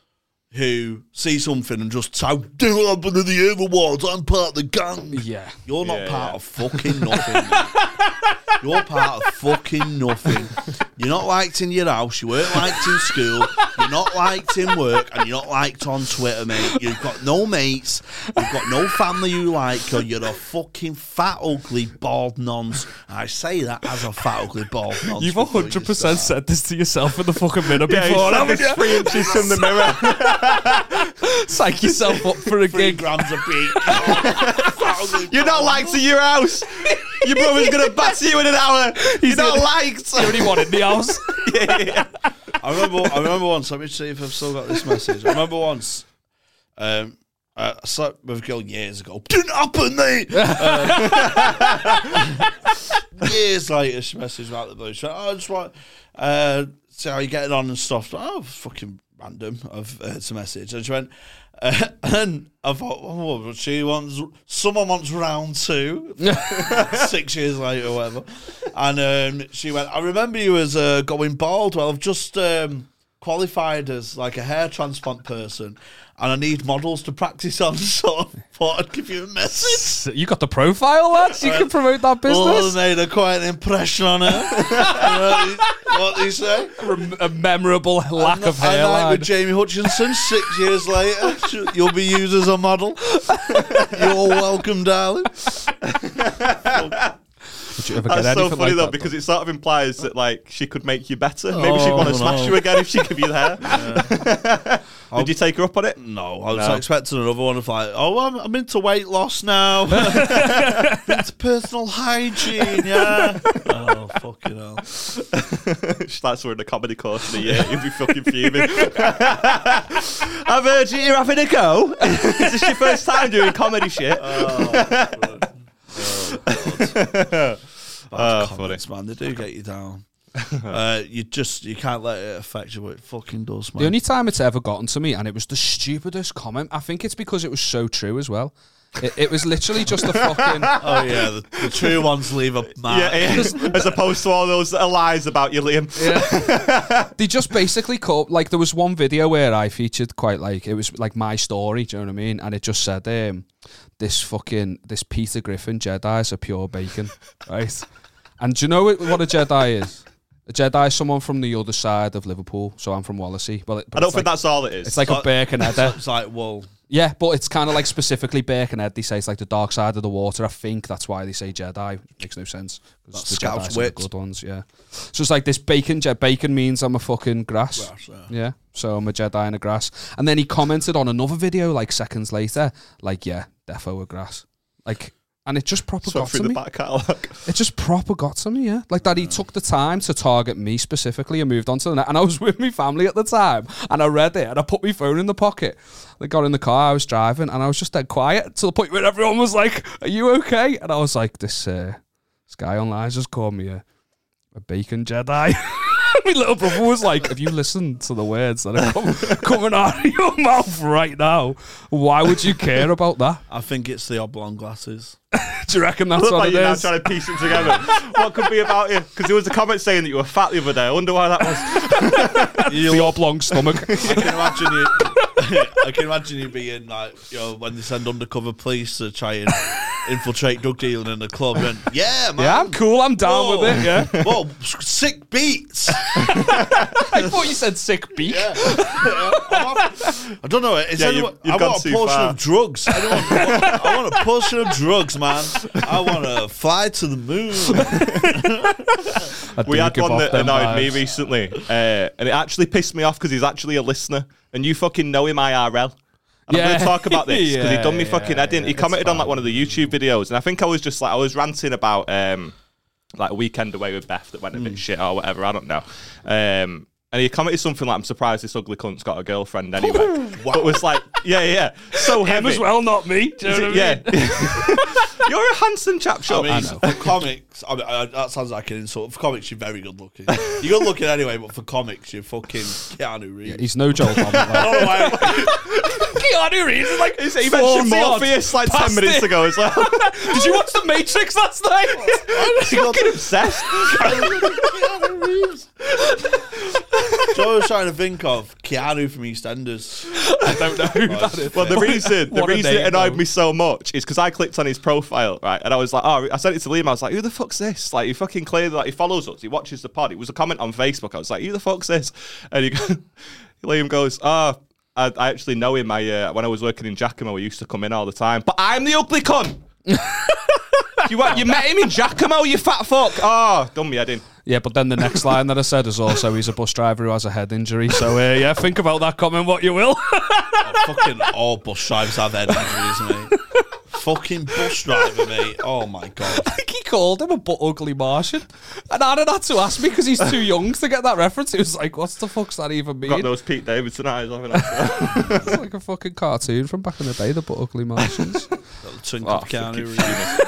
B: who see something and just say, "Do it up under the Year Awards. I'm part of the gang."
C: yeah.
B: You're not
A: Yeah,
B: part
A: yeah.
B: of fucking nothing. mate. You're part of fucking nothing. You're not liked in your house. You weren't liked in school. You're not liked in work, and you're not liked on Twitter, mate. You've got no mates. You've got no family you like, or you're a fucking fat, ugly, bald nonce. I say that as a fat, ugly, bald nonce.
C: You've
B: before you
C: 100%
B: start.
C: said this to yourself in the fucking mirror
A: Yeah,
C: before.
A: he
C: haven't
A: said this three inches from the mirror.
C: you? Psych yourself up for a
B: three
C: gig.
B: grams of beef. Fat, ugly,
A: You're not liked in your house. Your brother's gonna batter you in an hour. You're not
C: gonna-
A: liked.
C: The only one in the house.
A: yeah, yeah.
B: I remember. I remember once. Let me see if I've still got this message. I remember once Um, I I slept with a girl years ago. Didn't happen, mate. Um, years later, she messaged me out of the blue. She went, "Oh, I just want uh, see how you getting on and stuff." oh, fucking random. I've uh, it's a message, and she went. Uh, and I thought, oh, well, she wants someone wants round two. Six years later, or whatever. And um, she went, I remember you as uh, going bald. Well, I've just um, qualified as like a hair transplant person, and I need models to practice on. So I thought I'd give you a message.
C: So You got the profile, lads. You can promote that
B: Well, I
C: business.
B: made a quite an impression on her. And what- what do you say?
C: a memorable lack of
B: I like
C: hairline.
B: with Jamie Hutchinson six years later. She- You'll be used as a model. You're welcome, darling.
C: Did you ever get
A: That's so
C: anything
A: funny
C: like
A: though,
C: that,
A: because it sort of implies that like she could make you better. Maybe she'd want to
B: Oh,
A: smash
B: no.
A: you again if she give you the hair. Did you take her up on it?
B: No, I was
A: No.
B: expecting another one of like, oh, I'm, I'm into weight loss now. into personal hygiene, yeah. oh, fucking hell.
A: she starts wearing a comedy course in a year. You'd be fucking fuming. I've heard you- you're having a go. Is this your first time doing comedy shit?
B: Bad
A: Oh,
B: comments, man. They do get you down. uh, you just you can't let it affect you, but it fucking does, man.
C: The only time it's ever gotten to me, and it was the stupidest comment. I think it's because it was so true as well. It, it was literally just a fucking.
B: oh yeah, the, the true ones leave a mark.
A: yeah, yeah. as opposed to all those uh, lies about you, Liam.
C: They just basically caught like there was one video where I featured quite like it was like my story, do you know what I mean? And it just said, um, this fucking this Peter Griffin Jedi is a pure bacon, right? And do you know what what a Jedi is? A Jedi is someone from the other side of Liverpool, so I'm from Wallasey. Well, it,
A: I
C: but
A: don't
C: it's
A: think
C: like,
A: that's all it is.
C: it's like a Birkenheader.
B: It's like, well,
C: yeah, but it's kind of like specifically Birkenhead. They say it's like the dark side of the water. I think that's why they say Jedi. Which makes no sense. 'cause
B: That's
C: the
B: Scout's
C: Jedi's are the
B: wit.
C: good ones, yeah. So it's like this bacon. Je- bacon means I'm a fucking grass.
B: that's, uh,
C: Yeah. So I'm a Jedi and a grass. And then he commented on another video like seconds later, like, yeah, defo a grass. Like and it just proper
A: Swept
C: got
A: through
C: to
A: the
C: me.
A: back catalogue.
C: It just proper got to me, yeah. Like that he took the time to target me specifically and moved on to the next. And I was with my family at the time and I read it and I put my phone in the pocket. I got in the car, I was driving and I was just dead quiet to the point where everyone was like, are you okay? And I was like, this, uh, this guy online just called me a, a bacon Jedi. my little brother was like, have you listened to the words that are com- coming out of your mouth right now? Why would you care about that?
B: I think it's the oblong glasses.
C: Do you reckon
A: I
C: that's
A: look
C: what
A: like
C: it
A: you're now
C: is?
A: trying to piece it together. what could be about you? Because there was a comment saying that you were fat the other day. I wonder why that was.
C: The oblong stomach.
B: I can imagine you. I can imagine you being like, you know, when they send undercover police to try and infiltrate drug dealing in the club, and yeah, man,
C: Yeah, I'm cool. I'm down
B: Whoa.
C: with it. Yeah.
B: Whoa, sick beats.
C: I thought you said sick beak.
B: Yeah. I'm off- I don't know. Is
A: Yeah,
B: anyone,
A: you've- you've
B: I
A: gone
B: want a
A: too
B: portion
A: far.
B: of drugs. I, don't want, I want a portion of drugs, man. I want to fly to the moon.
A: We had one that annoyed me recently, uh, and it actually pissed me off because he's actually a listener, and you fucking know him IRL. And I'm going
C: Yeah.
A: to talk about this because he done me
C: Yeah,
A: fucking
C: yeah,
A: head in.
C: yeah,
A: He
C: it's
A: commented on like one of the YouTube videos, and I think I was just like I was ranting about um, like a weekend away with Beth that went a
C: Hmm.
A: bit shit or whatever. I don't know. Um, and he commented something like, "I'm surprised this ugly cunt's got a girlfriend anyway." but was like, "Yeah, yeah, yeah, so
C: Him
A: heavy."
C: as well, not me. Do you know what I mean?
A: Yeah, you're a handsome chap,
B: I
A: sure.
B: mean, for comics, I mean, I, that sounds like an insult. For comics, you're very good looking. You're good looking anyway, but for comics, you're fucking Keanu Reeves.
C: He's no Joel Bobbitt.
B: I
C: Like.
B: don't know why-
C: Oh, Keanu Reeves is like.
A: he mentioned
C: Forward,
A: Morpheus like ten
C: past
A: minutes
C: it.
A: ago as well.
C: Did you watch The Matrix last night?
A: He's fucking obsessed.
B: Keanu Reeves. So I was trying to think of Keanu from EastEnders.
C: I don't know who that is.
A: Well, the reason the
C: What a
A: reason
C: name,
A: it annoyed
C: though.
A: me so much is because I clicked on his profile, right? And I was like, oh, I sent it to Liam. I was like, who the fuck's this? Like, he fucking clearly, like, he follows us. He watches the pod. It was a comment on Facebook. I was like, who the fuck's this? And he go- Liam goes, ah, I, I actually know him. I, uh, when I was working in Giacomo, he used to come in all the time. But I'm the ugly cunt. you, you met him in Giacomo, you fat fuck. Oh, done me head in.
C: Yeah, but then the next line that I said is also he's a bus driver who has a head injury. So uh, yeah, think about that comment what you will.
B: Fucking all bus drivers have head injuries, mate. Fucking bus driver, mate. Oh my god.
C: he called him a butt ugly Martian. And Aaron had to ask me because he's too young to get that reference. He was like, what's the fuck's that even mean?
A: Got those Pete Davidson eyes. haven't I?
C: It's like a fucking cartoon from back in the day, the butt ugly Martians.
B: Little twinkle
C: Ah,
A: Oh,
B: Keanu Reeves.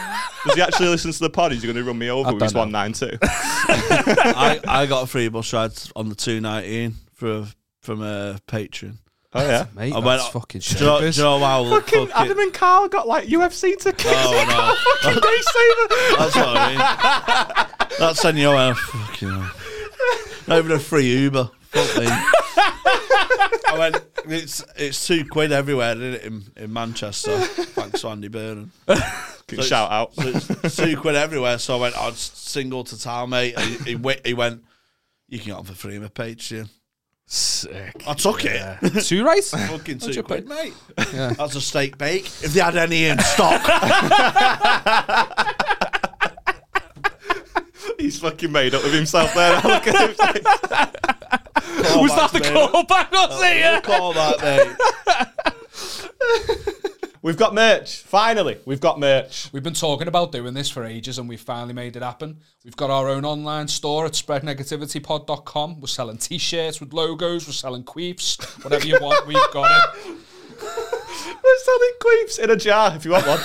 A: Does he actually listen to the pod? Is he going to run me over
C: I
A: with his
C: don't
A: 192?
B: I, I got a free bus ride on the 219 for, from a patron.
A: Oh, yeah.
C: Mate,
B: I
C: that's
B: went-
C: fucking
B: Do you know, do you
C: shit.
B: know how
A: Fucking
B: fucking-
A: Adam and Carl got like UFC tickets.
B: Oh, no.
A: fucking race saver.
B: That's what I mean. That's sending you out. Fucking hell. Not even a free Uber. Fuck me. I went, it's, it's two quid everywhere, isn't it, in, in Manchester? Thanks, Andy Burnham.
A: Fucking Shout out.
B: So it's two quid everywhere. So I went, I'd single to town, mate. And he, he, went- he went, you can get on for free on my Patreon.
C: Sick.
B: I took it.
C: Two rights?
B: Fucking
C: How'd
B: two
C: you
B: quid, mate.
C: Yeah.
B: That's a steak bake. If they had any in stock.
A: He's fucking made up with himself there. Look at him.
C: Was that the callback? Was it? Oh, Yeah.
B: Call that, mate.
A: We've got merch. Finally, we've got merch.
C: We've been talking about doing this for ages and we finally made it happen. We've got our own online store at spreadnegativitypod.com. We're selling t shirts with logos, we're selling queefs, whatever you want, we've got it.
A: We're selling queefs in a jar if you want one.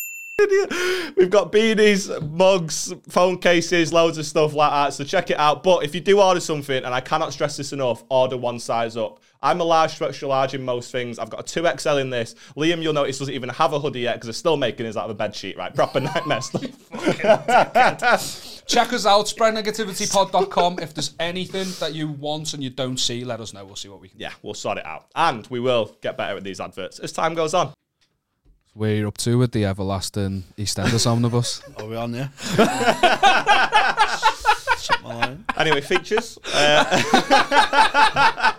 A: Idiot. We've got beanies, mugs, phone cases, loads of stuff like that. So check it out. But if you do order something, and I cannot stress this enough, order one size up. I'm a large to extra large in most things. I've got a 2XL in this. Liam, you'll notice, doesn't even have a hoodie yet because they're still making his out of a bed sheet, right? Proper nightmare stuff.
C: Check us out, spreadnegativitypod.com. If there's anything that you want and you don't see, let us know. We'll see what we can do.
A: yeah, we'll sort it out. And we will get better at these adverts as time goes on.
C: Where you're up to with the everlasting EastEnders omnibus.
B: Are we on there? Shut my line.
A: Anyway, features. Uh,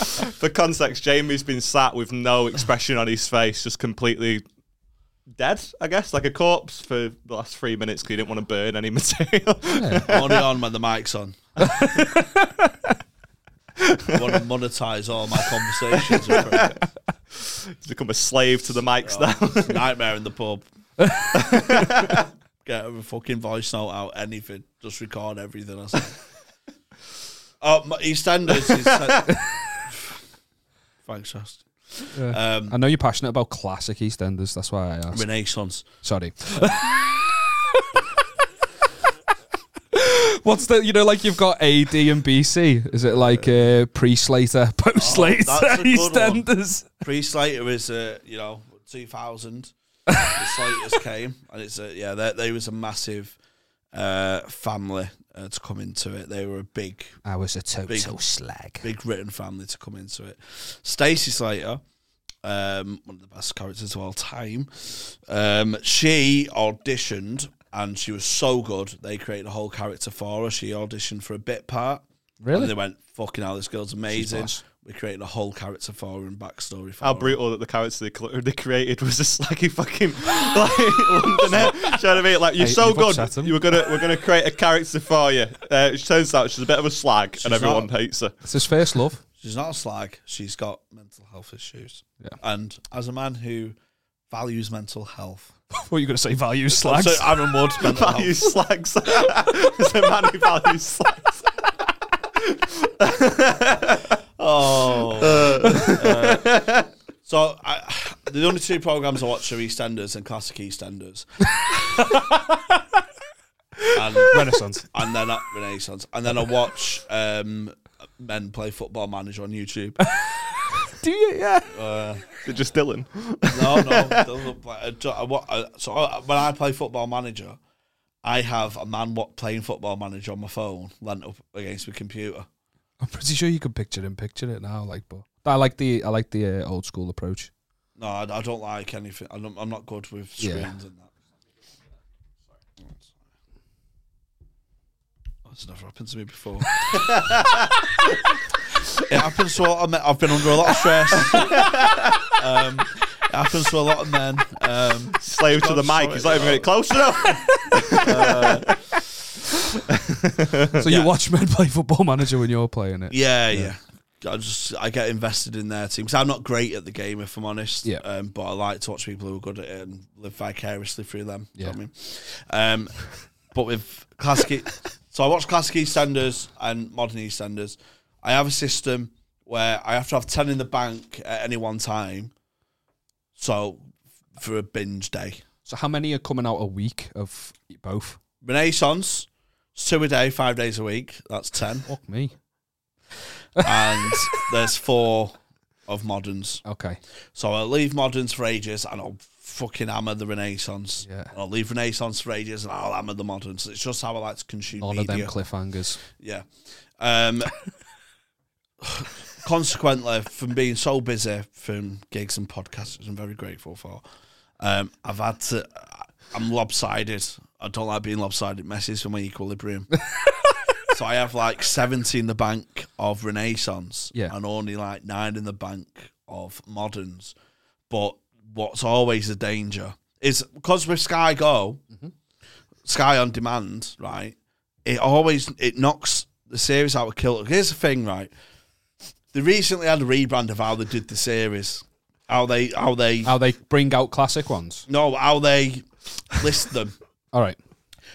A: for context, Jamie's been sat with no expression on his face, just completely dead, I guess, like a corpse for the last three minutes because he didn't want to burn any material.
B: I'm only on when the mic's on. I want to monetize all my conversations. with her.
A: He's become a slave to the mics now.
B: It's a nightmare in the pub. Get a fucking voice note out, anything. Just record everything I say. Oh, my EastEnders is. Thanks, Austin. Um,
C: I know you're passionate about classic EastEnders, that's why I asked.
B: Renaissance.
C: Sorry. What's the you know like you've got AD and BC? Is it like uh, pre Slater, post Slater,
B: Oh, that's a good one.
C: EastEnders?
B: Pre Slater is, uh, you know, 2000. the Slaters came, and it's a, yeah, they, they was a massive uh, family uh, to come into it. They were a big,
C: I was a total
B: Big-
C: slag.
B: big written family to come into it. Stacey Slater, um, one of the best characters of all time, um, she auditioned and she was so good. They created a whole character for her. She auditioned for a bit part. And
C: Really?
B: they went, fucking hell, this girl's amazing.
C: boss.
B: We created a whole character for her and backstory for
A: How
B: her.
A: brutal that the character they, cl- they created was a slaggy fucking like Londoner. Do you know what I mean? Like you're
C: Hey,
A: so
C: you've
A: good.
C: upset 'em.
A: You were gonna we're gonna create a character for you. Uh, it turns out she's a bit of a slag and
B: She's
A: everyone
B: not.
A: hates her.
C: It's his first love.
B: She's not a slag. She's got mental health issues.
C: Yeah.
B: And as a man who values mental health,
C: What are you going to say? Value slags?
B: so Aaron Wood's mental health.
A: values slags. There's a man who values slags.
B: Oh. Uh, so I, the only two programs I watch are EastEnders and classic EastEnders, and
C: Renaissance.
B: and then at Renaissance, and then I watch um, men play football manager on YouTube.
C: Do you? Yeah.
A: They're just Dylan.
B: No, no. it doesn't play- I do- I wa- I- So I- when I play Football Manager, I have a man what playing Football Manager on my phone, lent up against my computer.
C: I'm pretty sure you can picture him, picture it now. Like, but I like the I like the uh, old school approach.
B: No, I, I don't like anything. I don't, I'm not good with
C: Yeah.
B: screens and that. That's Oh, never happened to me before. it happens to a lot of men. I've been under a lot of stress. um, it happens to a lot of men. Um,
A: Slave to the
B: God,
A: mic. He's not
B: sorry.
A: even getting close enough.
C: So
B: Yeah.
C: you watch men play football manager when you're playing it.
B: yeah, yeah. I just I get invested in their team because I'm not great at the game if I'm honest.
C: Yeah.
B: Um, but I like to watch people who are good at it and live vicariously through them. You know what I mean, um, but with classic, E- so I watch classic EastEnders and modern EastEnders. I have a system where I have to have ten in the bank at any one time, so for a binge day.
C: So how many are coming out a week of both?
B: Renaissance, it's two a day, five days a week. That's ten,
C: Fuck me.
B: and there's four of moderns.
C: Okay.
B: So I'll leave moderns for ages and I'll fucking hammer the Renaissance.
C: Yeah.
B: And I'll leave Renaissance for ages and I'll hammer the moderns. It's just how I like to consume
C: All of
B: media.
C: them cliffhangers.
B: yeah. Um, consequently, from being so busy from gigs and podcasts, which I'm very grateful for, um, I've had to. I'm lopsided. I don't like being lopsided. It messes with my equilibrium. so I have like 70 in the bank of Renaissance
C: Yeah.
B: and only like nine in the bank of moderns. But what's always a danger is because with Sky Go, Sky on Demand, right? It always it knocks the series out of kilter. Here's the thing, right? They recently had a rebrand of how they did the series, how they how they
C: How they bring out classic ones.
B: no how they list them.
C: All right.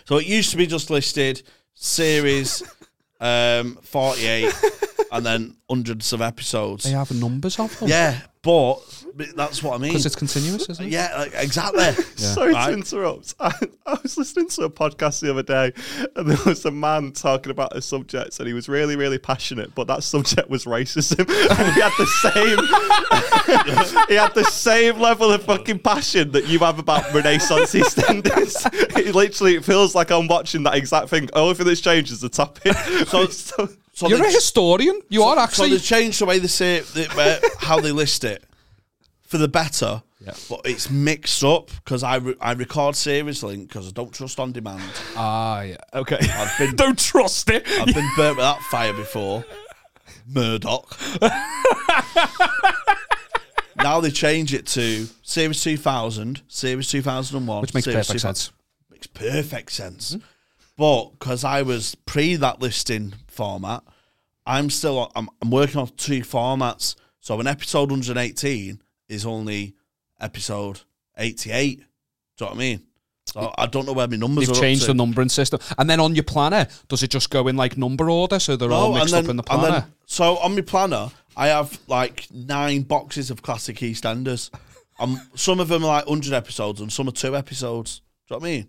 B: So it used to be just listed series um, forty eight, and then hundreds of episodes.
C: They have numbers of them.
B: Yeah, but but that's what I mean.
C: Because it's continuous, isn't it?
B: Yeah, like, exactly.
A: Sorry
B: Right.
A: to interrupt. I, I was listening to a podcast the other day, and there was a man talking about his subjects, and he was really, really passionate. But that subject was racism, and he had the same, he had the same level of fucking passion that you have about Renaissance EastEnders. it literally it feels like I'm watching that exact thing. Oh, Only thing that's changed is the topic. So,
B: So
C: You're
B: they-
C: a historian. You are
B: So
C: actually.
B: they changed the way they say it, the, where- how they list it for the better.
C: Yeah.
B: But it's mixed up because I, re- I record series link because I don't trust on demand.
C: ah, yeah.
A: okay,
B: I've been
C: Don't trust it.
B: I've been burnt with that fire before. Murdoch. now they change it to series two thousand, series two thousand and one,
C: Which makes
B: series
C: perfect
B: 2000.
C: sense.
B: Makes perfect sense. But because I was pre that listing format, I'm still on, I'm, I'm working on two formats. So an episode 118 is only episode 88. Do you know what I mean? So I don't know where my numbers
C: They've
B: are. up
C: changed
B: to.
C: the numbering system. And then on your planner, does it just go in like number order so they're all
B: No,
C: mixed up in the planner?
B: so on my planner, I have like nine boxes of classic EastEnders. Um, some of them are like hundred episodes, and some are two episodes. Do you know what I mean?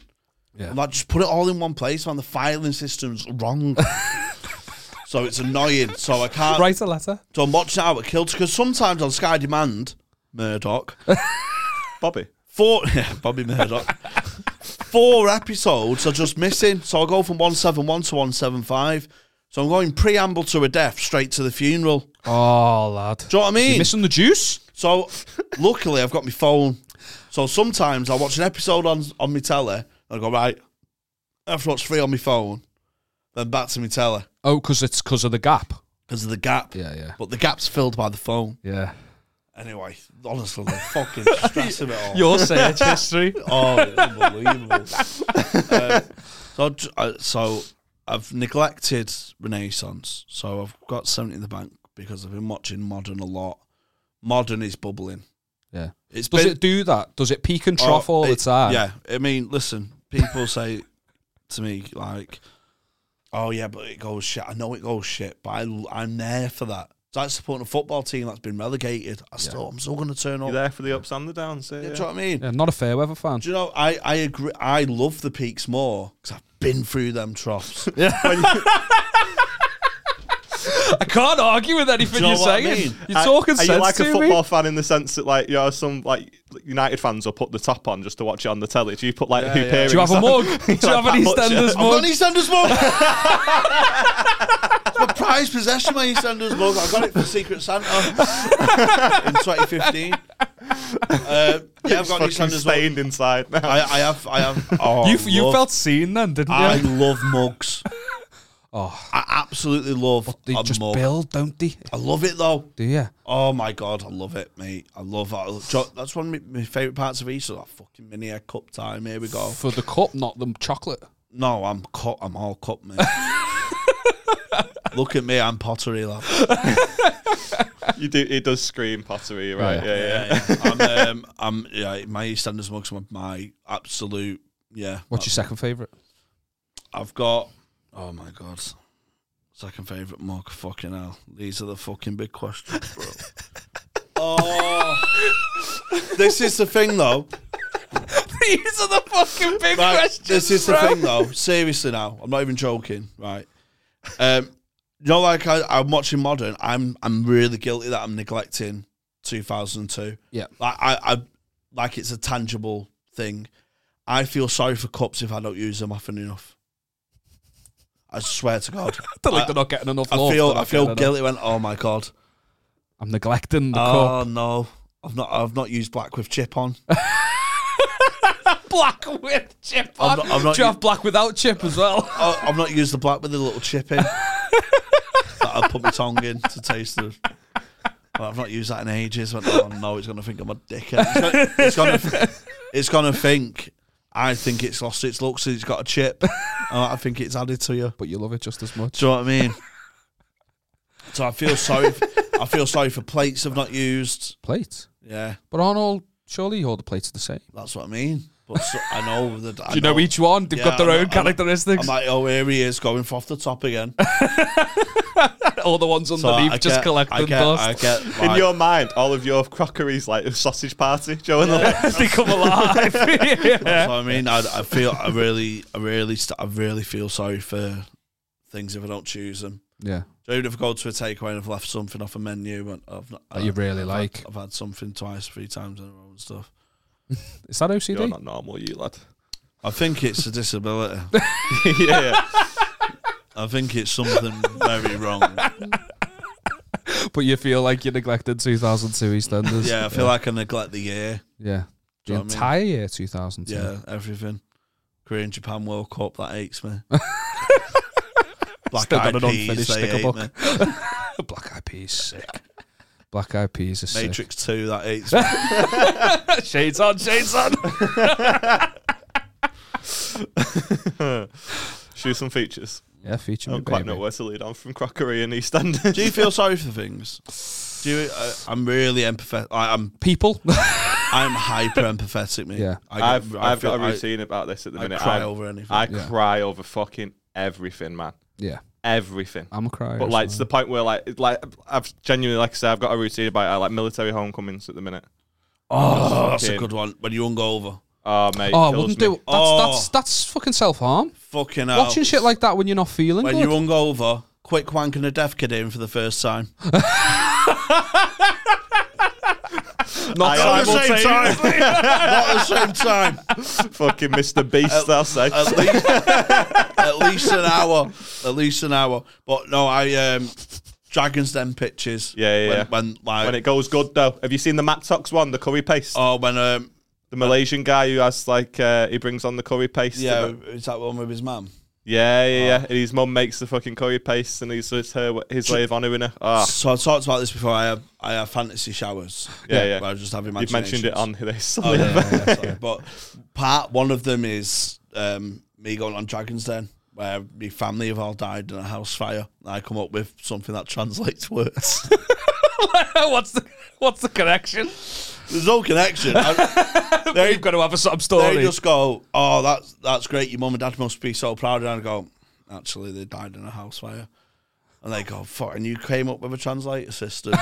C: Yeah.
B: I'm like, just put it all in one place, man. The filing system's wrong. so it's annoying. So I can't.
C: Write a letter.
B: So I'm watching it out at Kilter because sometimes on Sky Demand, Murdoch,
A: Bobby.
B: four yeah, Bobby Murdoch. four episodes are just missing. So I go from one seven one to one seven five. So I'm going preamble to a death straight to the funeral.
C: Oh, lad.
B: Do you know what I
C: You're
B: mean?
C: missing the juice?
B: so luckily I've got my phone. So sometimes I watch an episode on on my telly and I go, right, I have to watch three on my phone, then back to my telly
C: Oh, because it's because of the gap.
B: because of the gap.
C: Yeah, yeah.
B: But the gap's filled by the phone.
C: Yeah.
B: Anyway, honestly, the fucking stress of it all.
C: Your search history.
B: Oh, it's unbelievable. um, so, I j- I- so I've neglected Renaissance. So I've got 70 in the bank because I've been watching Modern a lot. Modern is bubbling.
C: Yeah.
B: It's
C: Does
B: been-
C: it do that? Does it peak and
B: oh,
C: trough all the
B: it-
C: time?
B: Yeah. I mean, listen, people say to me, like, oh, yeah, but it goes shit. I know it goes shit, but I, I'm there for that. It's like supporting a football team that's been relegated. I still, I'm still going to turn
A: You're
B: up.
A: there for the ups and the downs. Yeah,
B: Do you
A: yeah.
B: know what I mean?
C: Yeah, not a fair weather fan.
B: Do you know? I I agree. I love the peaks more because I've been through them troughs. Do
C: I can't argue with anything
B: Do you
C: you're
B: know what I
C: saying.
B: mean?
C: You're
A: I-
C: talking
A: Are
C: sense
A: you like
C: to
A: a football
C: me.
A: fan in the sense that like you know some like United fans will put the top on just to watch it on the telly? Do you put like
B: Yeah,
A: who
B: yeah.
A: pairings
C: Do you have a
A: on?
C: mug? Do you have
A: That
C: an
A: much,
C: EastEnders
A: yeah.
B: I've got
C: mug?
B: an EastEnders mug. it's my prized possession, my EastEnders mug. I got it for Secret Santa in 2015. Uh,
A: It's
B: yeah, I've got an
A: fucking
B: EastEnders mug.
A: stained inside. now.
B: I, I have. I have. Oh,
C: You,
B: I
C: you
B: love-
C: felt seen then, didn't
B: I
C: you?
B: love mugs.
C: Oh.
B: I absolutely love
C: They
B: a
C: just
B: mug.
C: build, don't they?
B: I love it though.
C: Do you?
B: Oh my god, I love it, mate. I love it. Jo- That's one of my, my favourite parts of Easter. That fucking mini egg cup time. Here we go.
C: For the cup, not the chocolate.
B: No, I'm cut. I'm all cut, mate. Look at me, I'm pottery, lad.
A: You do. It does scream pottery, you're right?
C: Yeah.
A: Yeah, yeah.
B: yeah, yeah. I'm, um, I'm, yeah, my East Enders mugs are my absolute, yeah.
C: What's your second favourite?
B: I've got, oh my God, second favourite mug, fucking hell. These are the fucking big questions, bro. oh. This is the thing, though.
C: These are the fucking big
B: Right, this is the thing, though. Seriously, now, I'm not even joking, right? Um, you know, like I, I'm watching Modern, I'm, I'm really guilty that I'm neglecting 2002.
C: Yeah.
B: Like I, I like it's a tangible thing. I feel sorry for cups if I don't use them often enough. I swear to God.
C: I don't think
B: I-
C: they're not getting enough
B: I
C: love.
B: feel
C: They're not
B: I feel
C: getting enough.
B: guilty when oh my god.
C: I'm neglecting the
B: oh no. I've not I've not used black with chip on.
C: cup. Black with chip on.
B: I'm not- I'm not
C: Do you
B: u-
C: have black without chip as well?
B: Oh, I've not used the black with the little chip in. that I put my tongue in to taste the well, I've not used that in ages. I went, oh no, it's gonna think I'm a dickhead. It's gonna, it's gonna, it's gonna think. I think it's lost its looks. It's got a chip. Oh, I think it's added to you.
C: But you love it just as much.
B: Do you know what I mean? so I feel sorry. f I I feel sorry for plates I've not used.
C: Plates.
B: Yeah,
C: But aren't all, surely all the plates are the same.
B: that's what I mean. But so, I know that. I
C: Do you know, each one? They've
B: Yeah,
C: got their
B: I know-
C: own
B: I know-
C: characteristics.
B: I'm like, oh, here he is going for off the top again.
C: all the ones
B: So
C: underneath
B: I
C: just
B: get-
C: collecting
B: I get,
C: dust.
B: I get.
A: In
B: like-
A: your mind, all of your crockeries like a sausage party, Joe. and I.
C: they come alive.
B: that's what I mean. I, I feel. I really. I really. St- I really feel sorry for things if I don't choose them.
C: Yeah.
B: So even if I go to a takeaway and I've left something off a menu, and I've not,
C: That you really
B: I've had-
C: like.
B: I've had something twice, three times in a row and stuff.
C: Is that
A: You're
C: OCD?
A: not normal, you lad.
B: I think it's a disability.
A: yeah, yeah.
B: I think it's something very wrong.
C: But you feel like you neglected 2002 EastEnders.
B: Yeah, I feel like I neglect the year.
C: Yeah.
B: Do
C: The
B: you know what I mean?
C: entire year 2002.
B: Yeah, everything. Korean Japan World Cup that aches me. Black
C: Still got
B: Eyed
C: an
B: Peas,
C: unfinished
B: they
C: sticker
B: hate
C: book.
B: me.
C: Black Eyed Peas, sick. Black Eyed Peas is sick.
B: Matrix Two that aches me.
C: shades on, shades on.
A: Shoot some features.
C: Yeah, feature
A: I
C: me,
A: don't quite
C: baby.
A: know where to lead on from crockery and EastEnders.
B: Do you feel sorry for things? Do you, uh, I'm really empathetic. I'm
C: People.
B: I'm hyper empathetic, mate.
C: Yeah.
B: I
A: I've
B: I
A: I've got
B: feel-
A: a
B: I-
A: routine about this at the
B: I,
A: minute.
B: cry
A: I,
B: over anything.
A: I
C: Yeah.
A: cry over fucking everything, man.
C: yeah,
A: Everything.
C: I'm a crier.
A: But
C: as
A: like
C: well.
A: to the point where like like I've genuinely like I said I've got a routine about it, like military homecomings at the minute.
B: oh, that's a
A: fucking-
B: good one. When you hungover,
A: Oh mate, it
C: oh, I
A: kills
C: wouldn't
A: me.
C: do. That's
B: Oh.
C: that's that's fucking self harm.
B: fucking hell.
C: Watching shit like that when you're not feeling
B: when
C: good.
B: you're hungover, quick wanking a deaf kid in for the first time.
C: not
A: I- I-
C: simultaneous.
B: time. Not at the same time.
A: fucking Mr. Beast, I'll say.
B: At least, at least an hour. At least an hour. But no, I um, Dragons Den pitches.
A: Yeah, yeah,
B: When,
A: yeah.
B: when like
A: when it goes good though. Have you seen the Matt Tox one, the curry paste?
B: oh when um
A: the Malaysian guy who has like uh, he brings on the curry paste.
B: yeah Oh.
A: and-
B: is that one with his mum?
A: yeah, yeah, yeah. And his mum makes the fucking curry paste, and he's it's her his way of honouring her. Ah,
B: So I talked about this before. I have I have fantasy showers.
A: Yeah, yeah.
B: Where I just have
A: you've
B: imagination.
A: mentioned it on this.
B: Oh, yeah, yeah, yeah, sorry. But part one of them is um, me going on Dragons Den, where my family have all died in a house fire. And I come up with something that translates words.
C: what's the what's the connection?
B: There's no connection. I, they,
C: You've got to have a sub
B: they
C: story.
B: just go, "Oh, that's that's great. Your mum and dad must be so proud." And I go, "Actually, they died in a house fire." And they go, "Fuck!" And you came up with a translator system.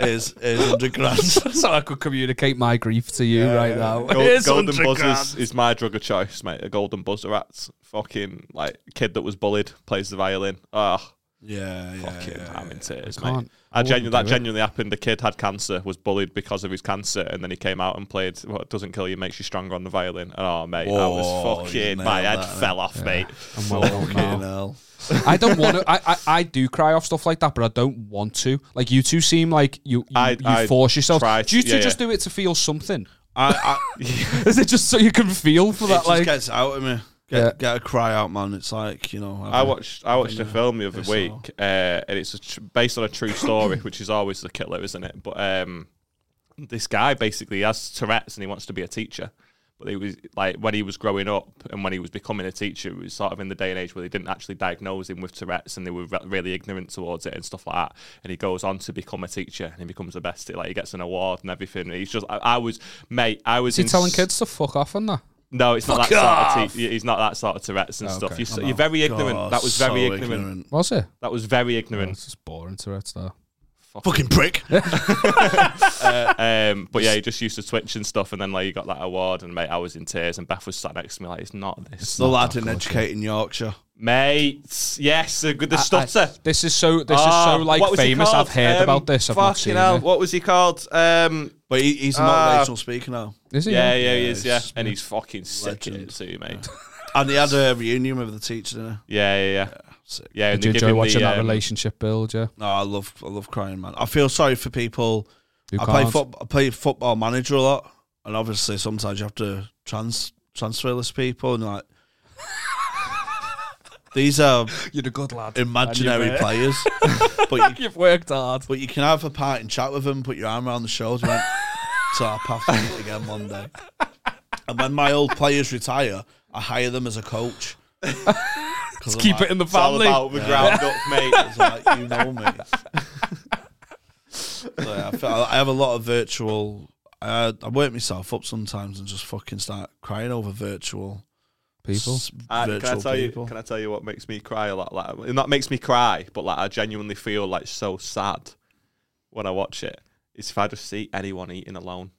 B: is is hundred grand.
C: so I could communicate my grief to you right now.
A: Gold-
C: Here's
A: golden
C: 100
A: buzzers
C: grand.
A: is my drug of choice, mate. A golden buzzer rats. Fucking like kid that was bullied plays the violin. Ah,
B: Yeah, yeah,
A: fucking
B: yeah,
A: I'm in tears,
C: can't-
A: mate. I
C: I
A: genu-
C: wouldn't
A: that
C: do it.
A: genuinely happened. A kid had cancer, was bullied because of his cancer, and then he came out and played "What Doesn't Kill You Makes You Stronger" on the violin. And, oh, mate, I
B: Oh,
A: was
B: you
A: fucking. My head
B: nailed that,
A: fell off, mate.
C: I'm well known now.
B: Fucking hell.
C: I don't want to. I, I, I do cry off stuff like that, but I don't want to. Like you two seem like you you,
A: I-
C: you
A: I
C: force yourself.
A: try
C: do you
A: to-
C: two
A: yeah,
C: just
A: yeah.
C: do it to feel something?
B: I, I,
C: Is it just so you can feel for
B: it
C: that?
B: just
C: Like
B: gets out of me. Get,
C: Yeah.
B: get a cry out, man. It's like you know.
A: I watched I watched a film the other
B: piss
A: week,
B: off.
A: uh, and it's a tr- based on a true story, which is always the killer, isn't it? But um, this guy basically has Tourette's and he wants to be a teacher, But it was like when he was growing up and when he was becoming a teacher, it was sort of in the day and age where they didn't actually diagnose him with Tourette's and they were re- really ignorant towards it and stuff like that. And he goes on to become a teacher and he becomes the best. Like he gets an award and everything. And he's just, I, I was, mate, I was.
C: Is he
A: in
C: telling
A: s-
C: kids to fuck off and that?
A: No, it's not
B: Fuck
A: that sort
B: off!
A: of. Te- he's not that sort of Tourette's and
C: Oh,
A: stuff.
C: okay.
A: You're, so- you're very ignorant.
B: God,
A: that was
B: so
A: very ignorant.
C: Was it?
A: That was very ignorant.
C: It's just boring to it, though.
B: Fucking prick.
A: Um, but yeah, he just used to twitch and stuff, and then like he got that award, and mate, I was in tears, and Beth was sat next to me like, it's not this,
B: the lad in educating Yorkshire.
A: mate. Yes, the, the stutter.
C: This is so. This
A: Ah,
C: is so like
A: what was he
C: famous.
A: called?
C: I've heard
A: Um,
C: about this. I've
A: fucking
C: not seen
A: hell,
C: it.
A: what was he called? Um,
B: But he, he's a motivational speaker now.
C: Is he?
A: yeah, yeah, he is,
B: he's
A: yeah, and he's fucking sick in it
B: legend.
A: too, mate.
B: And he had a reunion with the teacher dinner.
A: Yeah, yeah, yeah.
B: Sick.
A: yeah and
C: Did you
A: they give
C: enjoy
A: him the,
C: watching that
A: um,
C: relationship build? Yeah.
B: No, I love I love crying, man. I feel sorry for people.
C: Who
B: I play
C: can't?
B: foot, I play football manager a lot, and obviously sometimes you have to trans transfer list people and like these are
C: You're a good lad.
B: imaginary players, but you,
C: You've worked hard.
B: but you can have a pint and chat with them, put your arm around the shoulder. and so I'll have to meet again one day. And when my old players retire, I hire them as a coach. Let's
C: Keep it in the
A: It's all
C: family.
A: about the ground up, mate.
B: So, like, you know me. So, yeah, I, feel, I have a lot of virtual. I, I work myself up sometimes and just fucking start crying over virtual
C: People.
B: s-
A: Uh, can I
B: virtual
A: tell
B: people.
A: you? Can I tell you what makes me cry a lot? Like, and that makes me cry, but like I genuinely feel like so sad when I watch it. Is if I just see anyone eating alone.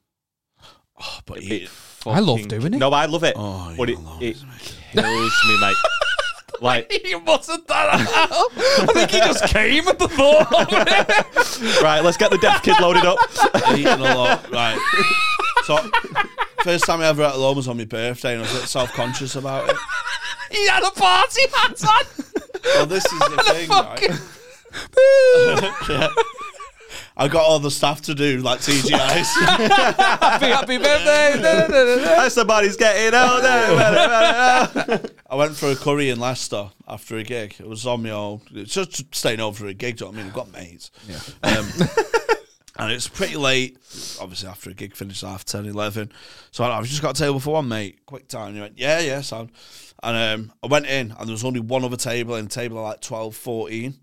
B: oh, but
A: It
B: you,
A: fucking,
C: I love doing it.
A: No, I love it,
B: oh,
A: but
B: you're
A: it,
B: alone,
A: it
B: isn't it?
A: kills me, mate. Like
C: He wasn't that out. I think he just came at the thought of it.
A: right, let's get the deaf kid loaded up.
B: eating a lot, right? So, first time I ever ate alone was on my birthday, and I was a bit self conscious about it.
C: He had a party hat on.
B: Well, this is the thing, right? I got all the stuff to do, like TGIs.
C: happy, happy birthday. Da, da, da, da, da.
A: That's somebody's getting out there.
B: I went for a curry in Leicester after a gig. It was on my own. It's just staying over for a gig, do you know what I mean? I've got mates. Yeah. Um, and it's pretty late, obviously, after a gig finished half 10, 11. So I- I've just got a table for one mate, quick time. He went, Yeah, yeah, sound. And um, I went in, and there was only one other table, and table at like 12, 14.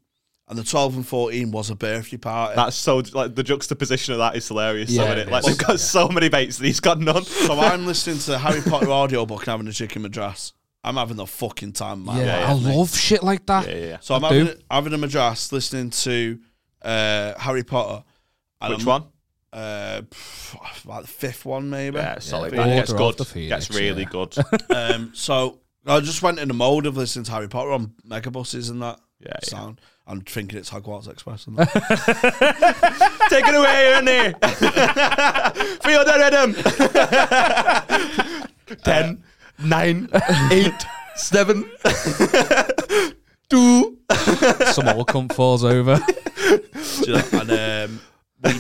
B: And the 12 and 14 was a birthday party.
A: That's so like the juxtaposition of that is hilarious, yeah,
C: Yeah,
A: isn't it?
C: it
A: Like
C: is.
A: they've got so many mates and he's got none.
B: so I'm listening to the Harry Potter audiobook and having a chicken madras. I'm having the fucking time, man.
C: Yeah,
A: yeah,
C: I
A: mate.
C: love shit like that.
A: Yeah, yeah.
B: So I'm
C: I
B: having,
C: do.
B: having a madras listening to uh, Harry Potter. And
A: Which
B: I'm-
A: one?
B: Uh, pff, like the fifth one, maybe.
A: Yeah, solid.
C: the
A: that gets
C: Order
A: good.
C: of the Phoenix,
A: gets really
C: yeah.
A: good.
B: Um, so I just went in a mode of listening to Harry Potter on megabuses and that
A: Yeah, yeah.
B: sound. I'm thinking it's Hogwarts Express. And that.
A: Take it away, Ernie. Feel the rhythm. Ten, nine, eight, seven, two.
C: Some old cunt falls over.
B: Do you know, and um, we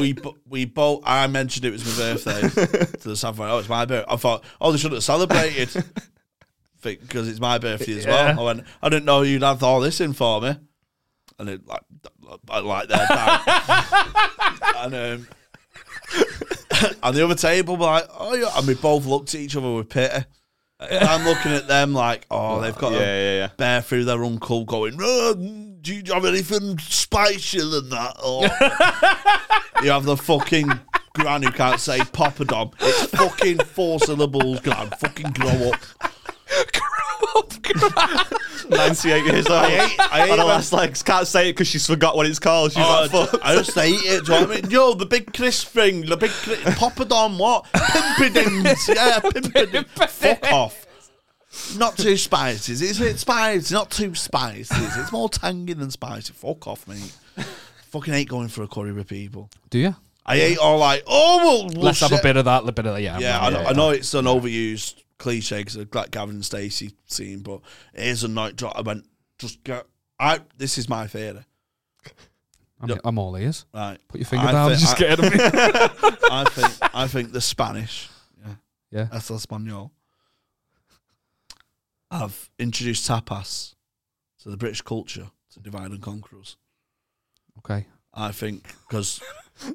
B: we bo- we both. I mentioned it was my birthday to the staff. went, Oh, it's my birthday. I thought, oh, they should have celebrated because it's my birthday as well. I went, I didn't know you'd have all this in for me. And it like I like their back. and um, and the other table were like, oh yeah, and we both looked at each other with pity. And I'm looking at them like, oh, they've got
A: Yeah,
B: a
A: yeah, yeah.
B: bear through their uncle going, "Oh, Do you have anything spicier than that? Or you have the fucking gran who can't say poppadom. It's fucking four syllables, gran. Fucking grow up.
A: Ninety-eight years old.
B: I hate, I hate
A: On her
B: when-
A: last legs, can't say it because she's forgot what it's called. She's
B: Oh,
A: like, fuck.
B: I just hate it. Do you know what I mean? Yo, the big crisp thing, the big cri- poppadom, what? Pimpadims, yeah, pimpadims. Fuck off. Not too spicy, is it? Spicy, not too spicy. It's more tangy than spicy. Fuck off, mate. Fucking hate going for a curry with people.
C: Do you?
B: I hate all like, oh, well, well,
C: Let's have
B: shit.
C: a bit of that, a bit of that. Yeah,
B: Yeah, I, know, I know it's an overused cliche because of like Gavin and Stacey scene, but it is a night drop. I went, just get. I, this is my theory.
C: I'm, I'm all ears.
B: Right.
C: Put your finger
B: I
C: down.
B: thi-
C: just
B: I-
C: get it.
B: I think I think the Spanish,
C: Yeah.
B: that's Espanol, have introduced tapas to the British culture to divide and conquer us.
C: Okay.
B: I think because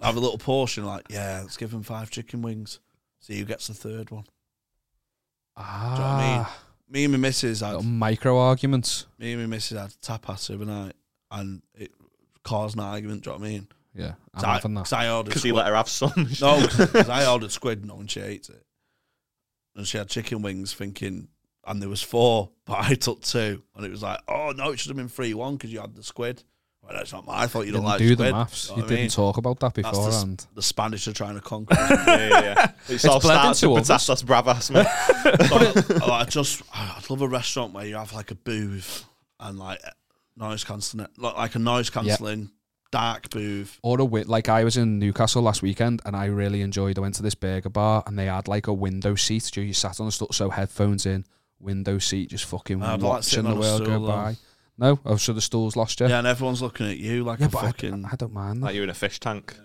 B: have a little portion like, yeah, let's give them five chicken wings. See who gets the third one. Do you know what I mean?
C: Ah,
B: Me and my missus had
C: little micro arguments.
B: me and my missus had tapas overnight, and it caused an argument. Do you know what I mean?
C: Yeah, I'm
B: 'Cause I-
C: having that.
B: 'cause I ordered
A: Because he
B: squid-
A: let her have some.
B: no, because I ordered squid, no, and she ate it. And she had chicken wings, thinking, and there was four, but I took two, and it was like, oh no, it should have been three one because you had the squid. Well, that's not my fault. You
C: You
B: don't
C: didn't
B: like
C: do the
B: squid.
C: maths.
B: know
C: You
B: what I
C: didn't
B: mean?
C: talk about that
B: That's the, s-
C: beforehand.
B: the Spanish are trying to conquer. us.
A: yeah, yeah, yeah. It's, all
C: bled
A: starts
C: into
A: with
C: all this.
A: patatas bravas, mate.
B: But oh, I I just, I'd love a restaurant where you have like a booth and like noise cancelling, like like a noise cancelling dark booth.
C: Or a wi- like I was in Newcastle last weekend and I really enjoyed. I went to this burger bar and they had like a window seat. So you sat on a stool, so headphones in, window seat, just fucking
B: I'd like
C: watching
B: sitting on
C: the
B: a
C: world go
B: stool, though.
C: by. No, oh, so the stool's lost you.
B: Yeah, and everyone's looking at you like
C: Yeah,
B: a
C: but I-
B: fucking.
C: I don't mind. that.
A: like you're in a fish tank.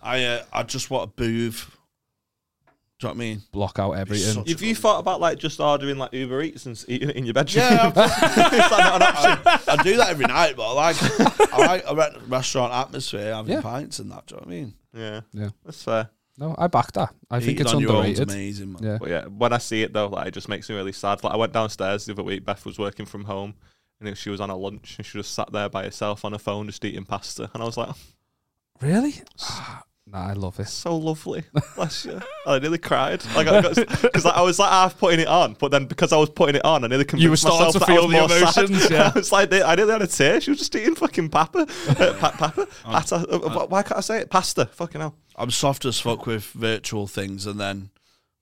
B: I, uh, I just want a booth. Do you know what I mean?
C: Block out everything.
B: such-
A: Have you thought about like just ordering like Uber Eats and s- eating it in your bedroom?
B: Yeah,
A: Is that not an option?
B: I, I do that every night, but I like I like a re- restaurant atmosphere, having
C: Yeah.
B: pints and that. Do you know what I mean?
A: Yeah,
C: Yeah.
A: that's fair.
C: No, I back that. I think
B: Eating
C: it's
B: on your own's
C: underrated.
B: amazing, man.
C: Yeah.
A: But yeah, when I see it though, like it just makes me really sad. Like I went downstairs the other week. Beth was working from home, and she was on a lunch, and she just sat there by herself on her phone, just eating pasta. And I was like, "Oh,
C: Really? Ah, nah, I love it.
A: so lovely. Bless you. I nearly cried. Like I because like, I was like half putting it on, but then because I was putting it on, I nearly convinced
C: were starting
A: myself
C: to
A: that I
C: feel
A: was
C: the
A: more sad.
C: emotions, yeah.
A: I was like, I nearly had a tear. She was just eating fucking papa, uh, pa- papa. Pata, uh, uh, why can't I say it? Pasta. Fucking hell.
B: I'm soft as fuck with virtual things, and then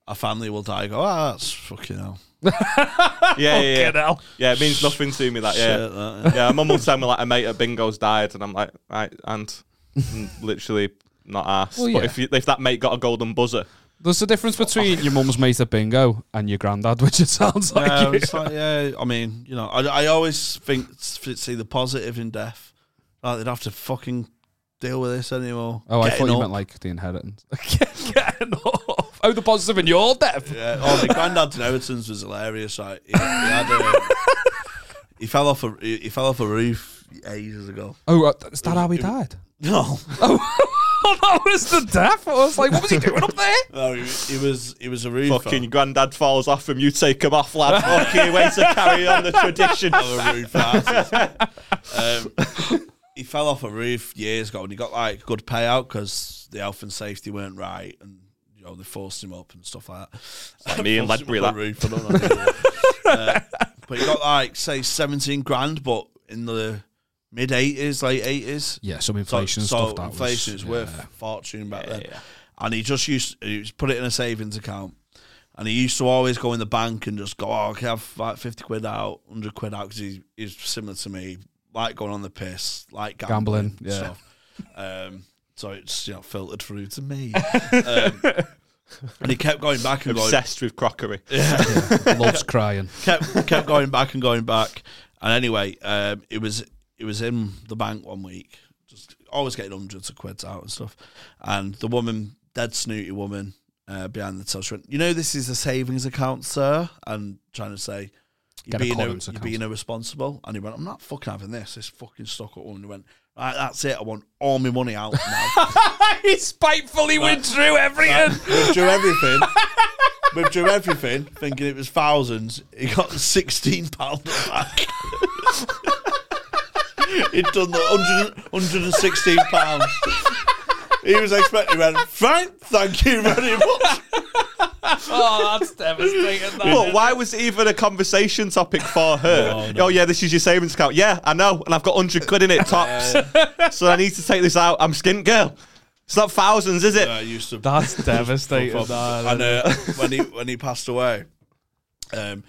B: a family will die. I go, ah, that's fucking hell.
A: Yeah, yeah, yeah.
C: hell.
A: Yeah, it means nothing to me. That yeah.
B: Shit, that, yeah.
A: yeah, my mum was telling me like a mate at Bingo's died, and I'm like, right, and Mm, literally not asked.
C: Well,
A: But
C: yeah.
A: if you, if that mate got a golden buzzer,
C: There's a difference between your mum's mate at bingo and your granddad, which it sounds like.
B: Yeah,
C: you.
B: it's like, yeah, I mean, you know, I, I always think see the positive in death. Like they'd have to fucking deal with this anymore.
C: Oh, I
B: Getting
C: thought you
B: up.
C: meant like the inheritance. Getting off. Oh, the positive in your death.
B: Yeah. Oh, my granddad's inheritance was hilarious. Like he, he had a, he fell off a he, he fell off a roof ages ago.
C: Oh, uh, is that how he died?
B: No,
C: Oh, that was the death. I was like, what was he doing up there?
B: no, he, he was he was a roofer.
A: fucking granddad falls off him. You take him off, lad. Fucking way to carry on the tradition.
B: Oh, a roof artist. um, he fell off a roof years ago, and he got like good payout because the health and safety weren't right, and you know they forced him up and stuff like that.
A: me and
B: Forced him
A: Ledbury,
B: up
A: that.
B: a roof, I don't know. Uh, but he got like say seventeen grand, but in the mid eighties, late eighties.
C: Yeah, some
B: So,
C: inflation and
B: so
C: stuff. That
B: inflation
C: was,
B: is
C: yeah.
B: worth a fortune back then. And he just used he just put it in a savings account. And he used to always go in the bank and just go, oh, okay, I've like 50 quid out, 100 quid out, because he's, he's similar to me, like going on the piss, like gambling,
C: Gambling, yeah.
B: and stuff. Um, so it's you know filtered through to me. um, and he kept going back and going,
A: Obsessed with crockery.
C: Loves crying.
B: kept kept going back and going back. And anyway, um, it was it was in the bank one week, just always getting hundreds of quids out and stuff. And the woman, dead snooty woman, uh, behind the till, she went, "You know, this is a savings account, sir." And trying to say. You're
C: Get a
B: being, ir-
C: current
B: you're
C: account.
B: being irresponsible. And he went, I'm not fucking having this. This fucking stuck up woman. He went, Right, that's it. I want all my money out now.
C: he spitefully withdrew everything.
B: withdrew everything. withdrew everything, thinking it was thousands. He got sixteen pound back. He'd done the 100, 116 pounds. He was expecting. He went, Frank, thank you very much.
C: oh, that's devastating.
A: But why was it even a conversation topic for her? Oh yeah, this is your savings account. Yeah, I know, and I've got hundred quid in it tops. so I need to take this out. I'm skint girl. It's not thousands, is it?
B: I used to
C: That's devastating.
B: and uh, when he when he passed away, um,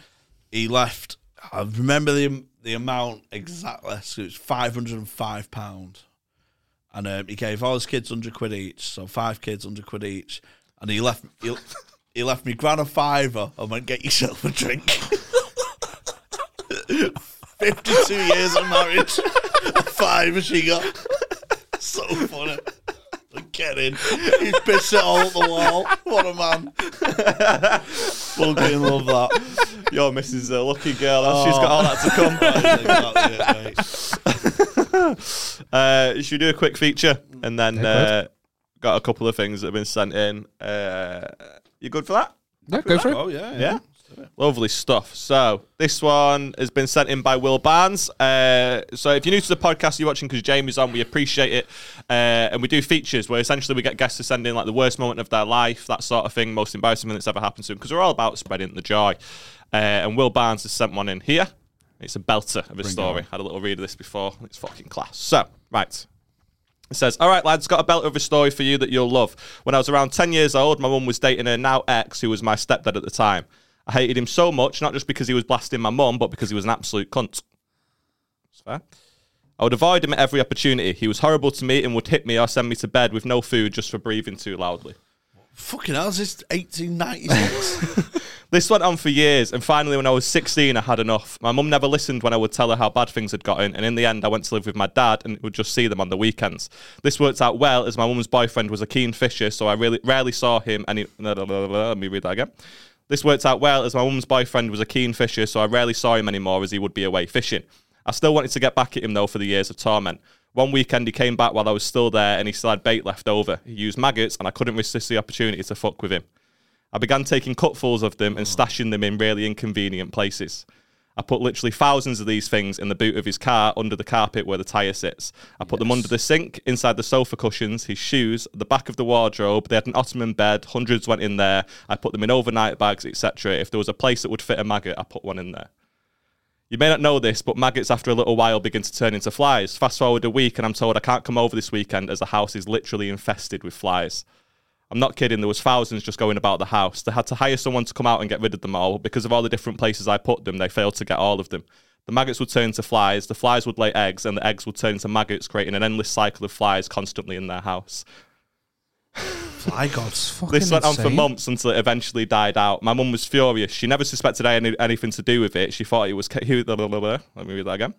B: he left. I remember the the amount exactly. So it was five hundred and five pound, and um, he gave all his kids hundred quid each. So five kids, hundred quid each, and he left. He, he left me grand a fiver and went get yourself a drink. Fifty two years of marriage, a fiver she got. So funny. Get in. He pissed it all at the wall. What a man. Fucking love that.
A: Your Mrs. A lucky girl. She's got all that to come.
B: That's exactly it, Oh, mate.
A: Uh, should we do a quick feature and then uh, got a couple of things that have been sent in? Uh, you good for that?
C: yeah, go for it.
B: Oh, yeah.
A: Yeah. Lovely stuff. So this one has been sent in by Will Barnes. Uh, so if you're new to the podcast, you're watching because Jamie's on. We appreciate it, uh, and we do features where essentially we get guests to send in like the worst moment of their life, that sort of thing, most embarrassing thing that's ever happened to them, because we're all about spreading the joy. Uh, and Will Barnes has sent one in here. It's a belter of a story. Had a little read of this before. It's fucking class. So right, it says, All right, lads, got a belt of a story for you that you'll love. When I was around 10 years old, my mum was dating her now ex, who was my stepdad at the time. I hated him so much, not just because he was blasting my mum, but because he was an absolute cunt. That's fair. I would avoid him at every opportunity. He was horrible to me and would hit me or send me to bed with no food just for breathing too loudly.
B: Fucking hell, is this 1896?
A: This went on for years, and finally, when I was 16, I had enough. My mum never listened when I would tell her how bad things had gotten, and in the end, I went to live with my dad and would just see them on the weekends. This worked out well, as my mum's boyfriend was a keen fisher, so I really rarely saw him. Any blah, blah, blah, blah, let me read that again. This worked out well, as my mum's boyfriend was a keen fisher, so I rarely saw him anymore, as he would be away fishing. I still wanted to get back at him though for the years of torment. One weekend he came back while I was still there, and he still had bait left over. He used maggots, and I couldn't resist the opportunity to fuck with him. I began taking cutfuls of them and stashing them in really inconvenient places. I put literally thousands of these things in the boot of his car, under the carpet where the tyre sits. I put them under the sink, inside the sofa cushions, his shoes, the back of the wardrobe. They had an ottoman bed, hundreds went in there. I put them in overnight bags, etc. If there was a place that would fit a maggot, I put one in there. You may not know this, but maggots after a little while begin to turn into flies. Fast forward a week, and I'm told I can't come over this weekend as the house is literally infested with flies. I'm not kidding. There was thousands just going about the house. They had to hire someone to come out and get rid of them all because of all the different places I put them. They failed to get all of them. The maggots would turn to flies. The flies would lay eggs, and the eggs would turn into maggots, creating an endless cycle of flies constantly in their house.
B: Fly gods.
C: Fucking
A: This went on for
C: insane.
A: months until it eventually died out. My mum was furious. She never suspected I had any, anything to do with it. She thought it was. ca- Blah, blah, blah, blah. Let me read that again.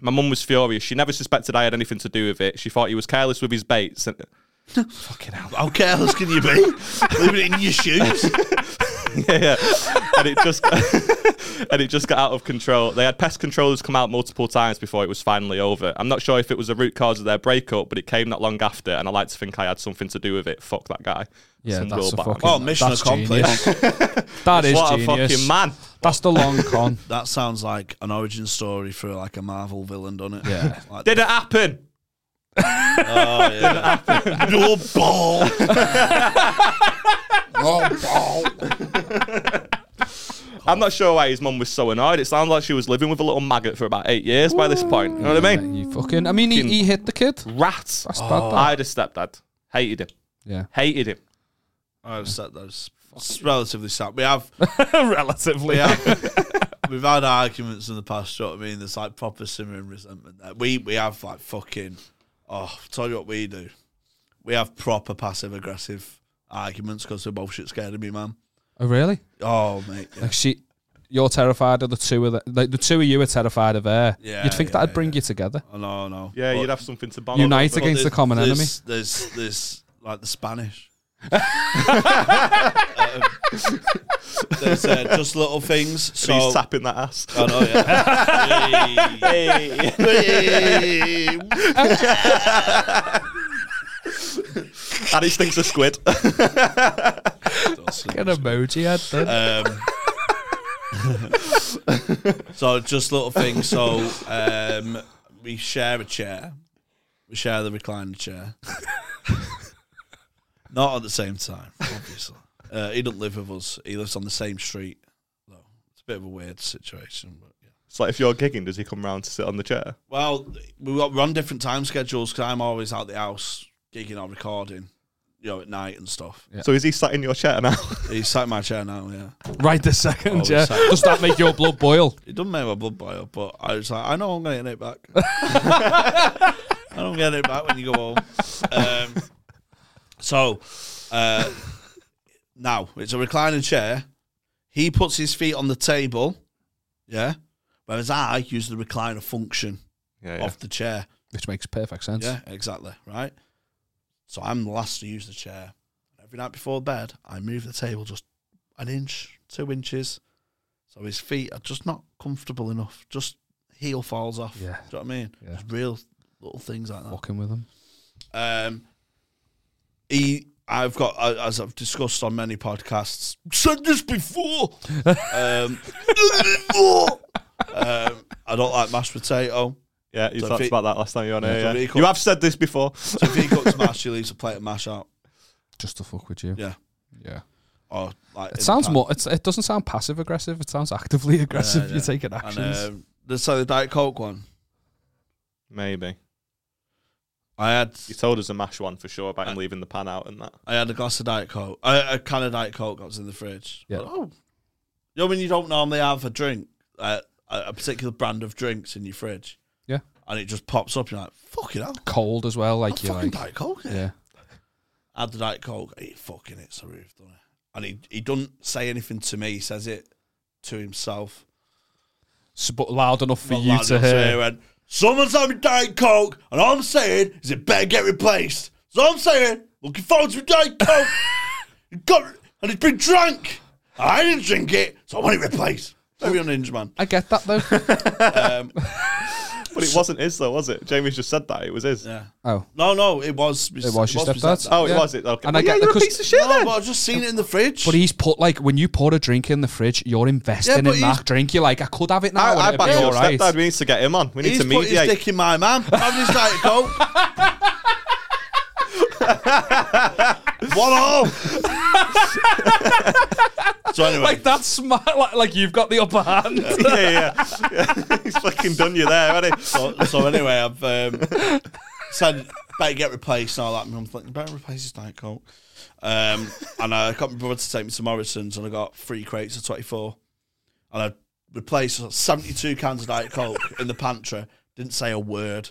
A: My mum was furious. She never suspected I had anything to do with it. She thought he was careless with his baits. And,
B: How careless can you be? Leaving it in your shoes.
A: yeah, yeah. and it just and it just got out of control. They had pest controllers come out multiple times before it was finally over. I'm not sure if it was a root cause of their breakup, but it came not long after, and I like to think I had something to do with it. Fuck that guy.
C: Yeah,
A: Some
C: that's
A: Will
C: a
A: Barnes.
C: fucking.
B: Oh, mission
C: that's
B: accomplished.
C: genius. that is
A: what
C: genius.
A: a fucking man.
C: That's the long con.
B: That sounds like an origin story for like a Marvel villain, doesn't it?
C: Yeah.
B: Like,
A: Did it happen?
B: oh, yeah. Your ball.
C: Oh,
A: I'm not sure why his mum was so annoyed. It sounds like she was living with a little maggot for about eight years by this point. You know what I mean?
C: You fucking. I mean, he, he hit the kid.
A: Rats.
C: That's bad. That.
A: I had a stepdad. Hated him.
C: Yeah.
A: Hated him.
B: I've said those. It's relatively sad. We have
C: Relatively.
B: we have we've had arguments in the past. You know what I mean? There's like proper simmering resentment. There. We we have like fucking. Oh, tell you what we do. We have proper passive aggressive arguments because we're both shit scared of me, man.
C: Oh, really?
B: Oh mate, yeah.
C: Like she, you're terrified of the two of the, like the two of you are terrified of her.
B: Yeah,
C: You'd think
B: yeah,
C: that'd
B: yeah,
C: bring you together.
B: oh, no, no.
A: Yeah,
B: But-
A: you'd have something to bond
C: Unite
A: over.
C: against the
B: there's-
C: common
B: there's,
C: enemy.
B: There's there's like the Spanish. um, there's uh, just little things. So
A: He's tapping that ass.
C: Oh,
B: I know, yeah. Hey.
A: Hey.
B: Hey.
A: and he stinks of squid.
C: Get an emoji head. Then.
B: Um, so just little things. So um, we share a chair. We share the recliner chair. Not at the same time, obviously. Uh, he doesn't live with us. He lives on the same street. Though it's a bit of a weird situation, but yeah.
A: It's like if you're gigging, does he come round to sit on the chair?
B: Well, we got, we're on different time schedules because I'm always out the house gigging or recording, you know, at night and stuff.
A: So is he sat in your chair now?
B: He's sat in my chair now. Yeah.
C: right this second,
B: Oh,
C: yeah.
B: sorry.
C: Does that make your blood boil?
B: It doesn't make my blood boil, but I was like, I know I'm going to get it back. I don't get it back when you go home. Um, so uh, now it's a reclining chair. He puts his feet on the table, yeah. Whereas I use the recliner function
A: Yeah,
B: of the chair.
C: Which makes perfect sense.
B: Yeah, exactly. Right. So I'm the last to use the chair. Every night before bed, I move the table just an inch, two inches. So his feet are just not comfortable enough. Just heel falls off.
C: Yeah.
B: Do you know what I mean?
C: Yeah.
B: Just real little things like that.
C: Walking with him.
B: Um, he I've got, uh, as I've discussed on many podcasts, said this before. um, before. um, I don't like mashed potato.
A: Yeah, you
B: So
A: talked
B: if it-
A: about that last time you were on
B: so
A: here.
B: if
A: Yeah.
B: it comes-
A: You have said this before.
B: So if he cooks mash, he leaves a plate of mash out.
C: Just to fuck with you.
B: Yeah.
C: Yeah.
B: Or like in
C: It
B: the
C: sounds
B: pan.
C: more. It's, it doesn't sound passive aggressive. It sounds actively aggressive.
B: yeah.
C: You're taking
B: And
C: actions.
B: um, the so the diet coke one.
A: Maybe.
B: I had
A: You told us a mash one for sure about him leaving the pan out and that.
B: I had a glass of diet coke, a, a can of diet coke that was in the fridge.
C: Yeah.
B: Oh. You know when you don't normally have a drink, uh, a a particular brand of drinks in your fridge,
C: yeah.
B: and it just pops up. You're like, fucking hell,
C: Cold as well. Like you're
B: fucking
C: like.
B: diet coke. here."
C: Yeah.
B: I had the diet coke. He fucking hits the roof, doesn't he? And he he doesn't say anything to me. He says it to himself.
C: S- but loud enough for
B: Not
C: you
B: loud
C: to
B: enough
C: hear.
B: And someone's having diet coke, and all I'm saying is it better get replaced. So I'm saying, looking forward to diet coke. It got, and it's been drank. I didn't drink it, so I want it replaced. Maybe on Hinge, man.
C: I get that though.
A: But it wasn't his though, was it? Jamie's just said that. It was his.
B: Yeah.
C: oh,
B: No, no, it was. It
C: it was your stepdad's.
A: Oh, it
C: Yeah.
A: was it. Okay.
C: And
A: Well,
C: I
A: yeah,
C: get the
A: you're a
C: cus-
A: piece of shit
B: No,
A: then.
B: but I've just seen it in the fridge.
C: But he's put like when you pour a drink in the fridge, you're investing
B: but
C: in
B: he's-
C: that drink. You're like, I could have it now.
A: I,
C: and
A: I
C: it'd be
A: back your
C: all right.
A: stepdad. We need to get him on. We need
B: He's
A: to
B: put his
A: mediate.
B: dick in my man. Having his diet coke. One all. so anyway,
C: Like that smile, like, like you've got the upper hand.
A: yeah, yeah, yeah. He's fucking done you there, hasn't he?
B: So, Oh, so anyway, I've um, said better get replaced and all that. My mum's like, better replace this diet coke. Um, and I got my brother to take me to Morrison's, and I got three crates of twenty four, and I replaced seventy two cans of diet coke in the pantry. Didn't say a word.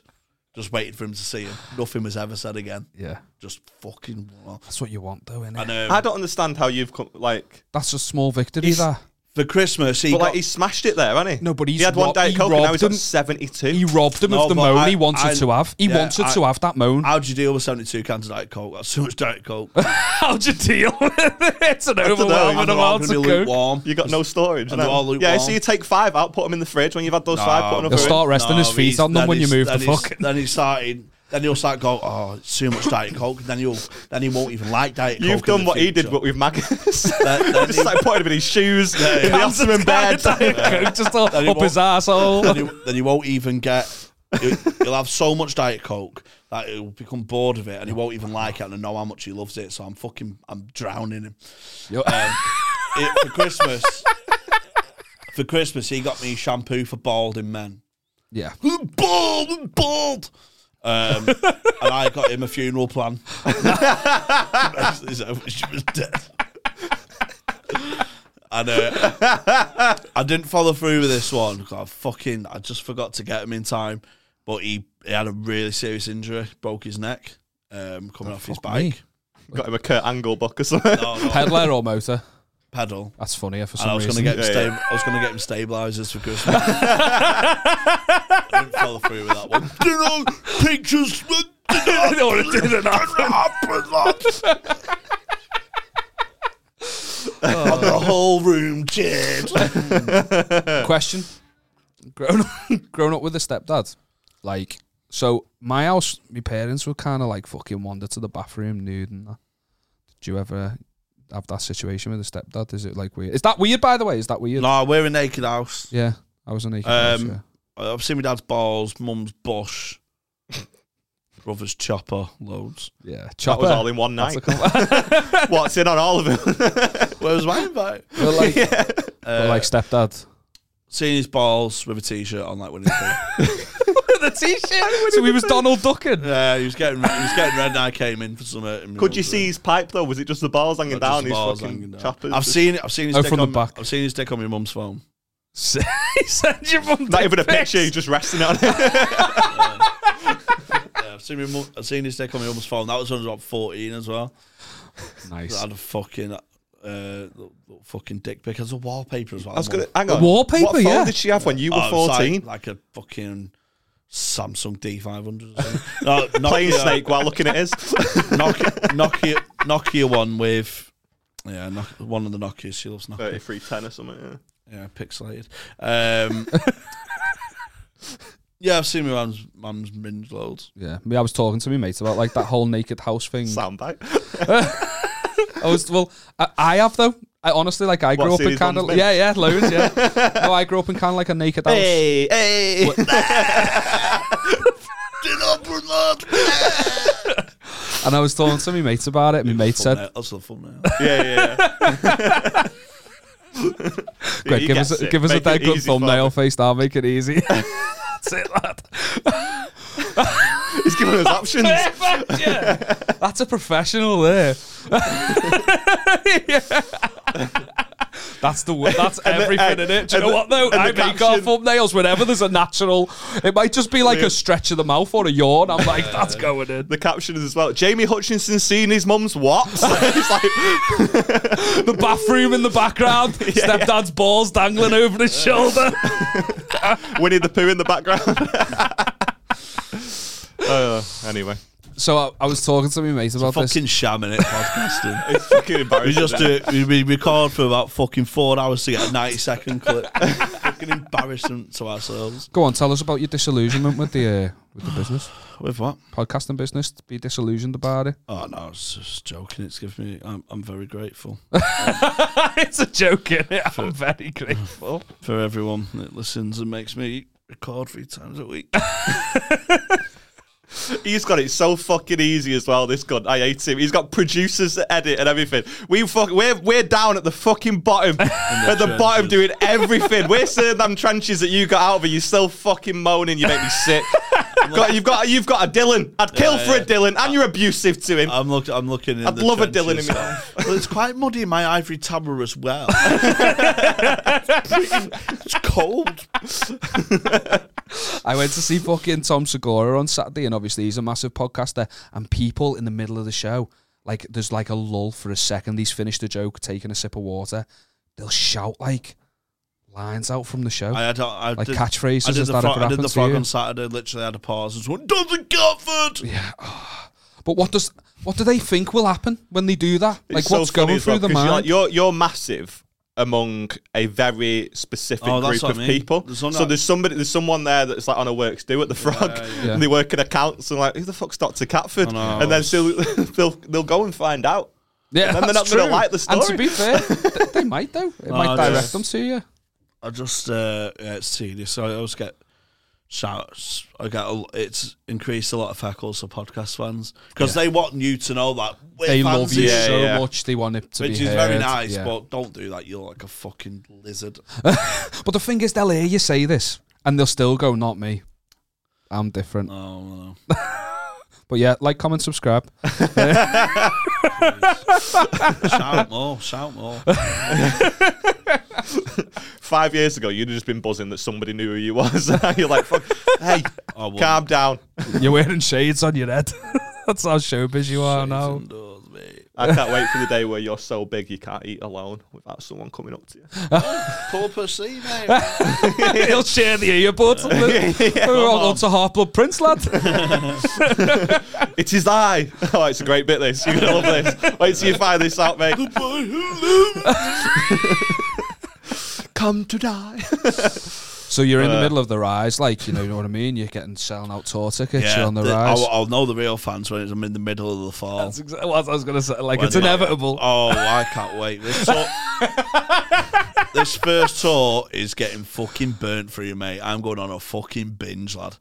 B: Just waited for him to see him. Nothing was ever said again.
C: yeah,
B: Just fucking. Well.
C: that's what you want, though, innit?
B: And um,
A: I don't understand how you've come like,
C: That's a small victory.
A: He's-
C: That
B: for Christmas, he
A: but
B: got
A: like he smashed it there, hasn't he?
C: No, but he's
A: he had one
C: robbed-
A: diet
C: he
A: coke and now
C: robbed
A: he's got
C: him.
A: seventy two.
C: he robbed him
B: No,
C: of the
B: but
C: moan
B: I-
C: he wanted
B: I-
C: to have. He
B: yeah,
C: wanted
B: I-
C: to have that moan.
B: How'd you deal with 72 cans of Diet Coke? That's so much Diet Coke.
C: How'd you deal with it? It's an
A: know.
C: overwhelming
A: And they're
C: amount of
B: gonna be
C: coke.
B: lukewarm.
A: You got no storage.
B: And they're
A: no.
B: all
A: yeah,
B: lukewarm.
A: so you take five out, put them in the fridge. When you've had those
B: No.
A: five, put another
C: He'll
A: in.
C: start resting his
B: No,
C: feet
B: he's-
C: on them
B: then
C: when you
B: he's-
C: move the
B: then he's-
C: fuck.
B: Then he started. Then he'll start going, "Oh, it's too much diet coke." Then he'll, then he won't even like diet coke.
A: You've
B: in
A: done
B: the
A: what he did,
B: future.
A: but with maggots.
B: Then- then
A: Just like putting him in his shoes, in the
C: Cans of
A: ottoman bed.
C: Diet Coke just all
B: he
C: up
B: won't-
C: his asshole.
B: then, he, then he won't even get. He'll, he'll have so much diet coke that he'll become bored of it, and he won't even like it, and I know how much he loves it. So I'm fucking, I'm drowning him.
C: Um,
B: It- for Christmas, for Christmas, he got me shampoo for balding men.
C: yeah.
B: bald, I'm bald. Um, and I got him a funeral plan. So she was dead. And uh, I didn't follow through with this one. 'cause I fucking, I just forgot to get him in time. But he, he had a really serious injury, broke his neck, um, coming off his
C: Oh, fuck
B: bike.
C: me.
A: Got him a Kurt Angle book or something.
B: No, no,
C: Peddler or motor?
B: pedal.
C: That's funnier for some
B: And I was
C: reason.
B: gonna get him
A: Yeah, yeah.
B: sta- I was gonna get him stabilizers for Christmas. I didn't follow through with that one. You know, pictures
C: No, it didn't happen.
B: and the whole room cheered.
C: Question: Grown up, grown up with a stepdad, like so. My house, my parents would kind of like fucking wander to the bathroom nude and that. Did you ever have that situation with a stepdad? Is it like weird? Is that weird? By the way, is that weird?
B: no, we're a naked house.
C: Yeah, I was an naked.
B: Um,
C: Um,
B: I've seen my dad's balls, mum's bush, brother's chopper, loads.
C: yeah, yeah.
A: That
C: Chopper.
A: was all in one
C: That's
A: night.
C: a couple-
A: What's in on all of them?
B: Where was my invite?
C: but like, but like stepdad.
B: Seeing his balls with a t-shirt on, like when he
C: the t-shirt. So he was Donald Ducking.
B: yeah, he was getting he was getting red, and I came in for some. uh, in my
A: Could you
B: mum's room.
A: see his pipe though? Was it just the balls hanging
B: Not
A: down?
B: just
A: His
B: balls hanging
A: fucking
B: down.
A: choppers.
B: I've seen it. I've seen his
C: Oh,
B: dick
C: from the
B: on,
C: back.
B: I've seen his dick on my mum's phone.
C: he sent you from
A: Not even a picture. He's just resting on it.
B: Yeah, I've seen my mum, I've seen his dick on my mum's phone. That was when I was about fourteen as well. I
C: Nice.
B: had a fucking uh, little- little fucking dick pic as a wallpaper as well.
A: I was gonna hang on.
C: wallpaper,
A: What phone
C: yeah.
A: did she have when you
B: Oh,
A: were
B: it was
A: fourteen?
B: like, like a fucking Samsung D five hundred. No,
A: Playing
B: Nokia,
A: snake while looking at his.
B: Nokia, Nokia, Nokia one with yeah, Nok- one of the Nokias. She loves Nokia.
A: Thirty-three ten or something. Yeah.
B: Yeah, pixelated. Um, yeah, I've seen my mum's mum's minge loads.
C: Yeah, me. I was talking to my mates about like that whole naked house thing.
A: Soundbite.
C: I was well. I, I have though. I honestly like. I grew up
A: series
C: in kind
A: one's been?
C: of yeah, yeah, loads. Yeah. no, I grew up in kind of like a naked house.
A: Hey, hey.
B: Did open lad.
C: And I was talking to my mates about it. My mate said,
B: Thumbnail. That's the thumbnail.
A: yeah, yeah. yeah.
C: "Greg,
A: You
C: give us
A: guess
C: a,
A: it.
C: give us a
A: Make
C: dead
A: it
C: good
A: easy for
C: thumbnail
A: me.
C: face. I'll make it easy." That's it, lad.
A: He's giving us options.
C: That's a professional there. That's the word. That's everything in it. Do
A: and
C: you know
A: the-
C: what though?
A: and the
C: I make our
A: caption.
C: thumbnails whenever there's a natural. It might just be like a stretch of the mouth or a yawn. I'm like, that's going in.
A: The caption is as well. Jamie Hutchinson seen his mum's what? It's like
C: The bathroom in the background. Stepdad's balls dangling over his shoulder.
A: Winnie the Pooh in the background. uh, anyway,
C: So I, I was talking to my mate about this.
B: fucking shamming it podcasting.
A: it's fucking
B: We
A: embarrassing.
B: just do it. We, we record for about fucking four hours to get a 90 second clip. fucking embarrassment to ourselves.
C: Go on, tell us about your disillusionment with the uh, with the business
B: With what?
C: podcasting business. Be disillusioned about it.
B: Oh, no, I was just joking. It's given me, I'm, I'm very grateful
C: it's a joke, is I'm very grateful.
B: for everyone that listens and makes me record three times a week.
A: He's got it so fucking easy as well. This god, I hate him. He's got producers to edit and everything. We fuck, we're we're down at the fucking bottom, at the bottom doing everything. we're seeing them trenches that you got out of, and you're still fucking moaning. You make me sick. Got- you've got you've got a Dylan. I'd kill for a Dylan, and you're abusive to him.
B: I'm, look, I'm looking in
A: I'd
B: the
A: love a Dylan
B: trenches.
A: in myself.
B: Well, it's quite muddy in my ivory tower as well. it's cold.
C: I went to see fucking Tom Segura on Saturday, and obviously he's a massive podcaster. And people in the middle of the show, like there's like a lull for a second. He's finished a joke, taking a sip of water. They'll shout like lines out from the show,
B: I had, I
C: like
B: did,
C: catchphrases.
B: I did
C: Has
B: the,
C: that
B: frog,
C: ever
B: I did
C: happened
B: the
C: to
B: frog
C: you?
B: on Saturday. Literally had a pause and just went, Doesn't Catford!
C: But what does what do they think will happen when they do that?
A: It's
C: like
A: so
C: what's
A: funny
C: going
A: as well,
C: through the
A: 'cause
C: mind?
A: You're, like- you're you're massive among a very specific
B: Oh, that's
A: group
B: what I
A: of
B: mean.
A: people.
B: There's some
A: so
B: that-
A: there's somebody, there's someone there that's like on a works do at the Frog,
B: yeah.
A: and they work in accounts, and like who the fuck's Doctor Catford?
B: know.
A: And then still they'll they'll go and find out.
C: yeah,
A: then they're
C: that's
A: not gonna
C: true.
A: like the
C: And to
A: story.
C: be fair, th- they might though. It might
B: I
C: direct
B: just-
C: them to you.
B: I just uh, yeah, it's tedious. So I always get shouts. I get a, it's increased a lot of heckles for podcast fans because they want you to know that we're
C: They
B: fans
C: love
B: of
C: you
A: Yeah,
C: so
A: yeah.
C: much. They want it to
B: Which
C: be
B: is
C: heard.
B: very nice,
C: yeah.
B: but don't do that. You're like a fucking lizard.
C: But the thing is, they'll hear you say this, and they'll still go, "Not me. I'm different."
B: Oh, no.
C: But yeah, like, comment, subscribe.
B: shout more, shout more.
A: Five years ago, you'd have just been buzzing that somebody knew who you was. you're like, Fuck, hey,
B: I wouldn't.
A: calm down.
C: You're wearing shades on your head. That's how showbiz you are now.
B: Indoors, mate.
A: I can't wait for the day where you're so big you can't eat alone without someone coming up to you.
B: Corpus C, mate.
C: He'll share the earbuds. We're all on to Half Blood Prince, lad.
A: It is I. Oh, it's a great bit. This you're gonna love this. Wait till you find this out, mate. Come to die.
C: so you're in the
A: Uh,
C: middle of the rise, like you know, you know what I mean. You're getting selling out tour tickets. you're on the,
B: the- oh,
C: rise.
B: I'll, I'll know the real fans when it's- I'm in the middle of the fall.
C: That's exactly what I was going to say. Like
B: When
C: it's
B: they're like,
C: inevitable.
B: oh, I can't wait. This tour, this first tour is getting fucking burnt for you, mate. I'm going on a fucking binge, lad.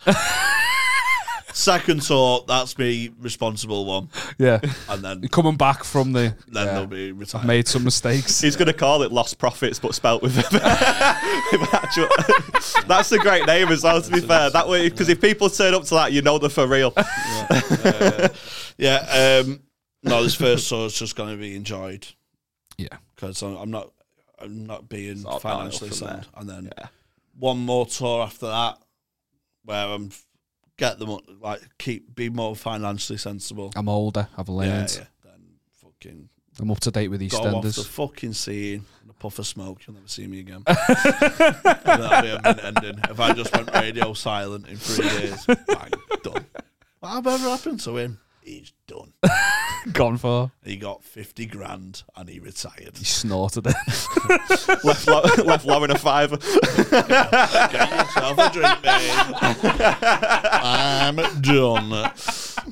B: Second tour, that's me responsible one,
C: yeah,
B: and then
C: You're coming back from the.
B: then
C: yeah.
B: they'll be retired.
C: Made some mistakes.
A: He's gonna call it lost profits, but spelt with, with actual. That's a great name as well. To be fair, that way because if people turn up to that, you know they're for real.
B: Yeah. Um, no, this first tour is just going to be enjoyed
C: yeah.
B: because I'm, I'm not I'm not being
A: not
B: financially
A: enough for
B: sound, and then
A: Yeah.
B: one more tour after that where I'm get them like keep be more financially sensible.
C: I'm older. I've learned.
B: Then fucking
C: I'm up to date with
B: go off the
C: EastEnders.
B: fucking scene and a puff of smoke. You'll never see me again. That'd be a mint ending. If I just went radio silent in three days, bang, done. Whatever happened to him, he's done.
C: Gone for.
B: He got 50 grand and he retired.
C: He snorted it.
A: left low, left low in a fiver.
B: Get yourself a drink, mate. I'm done.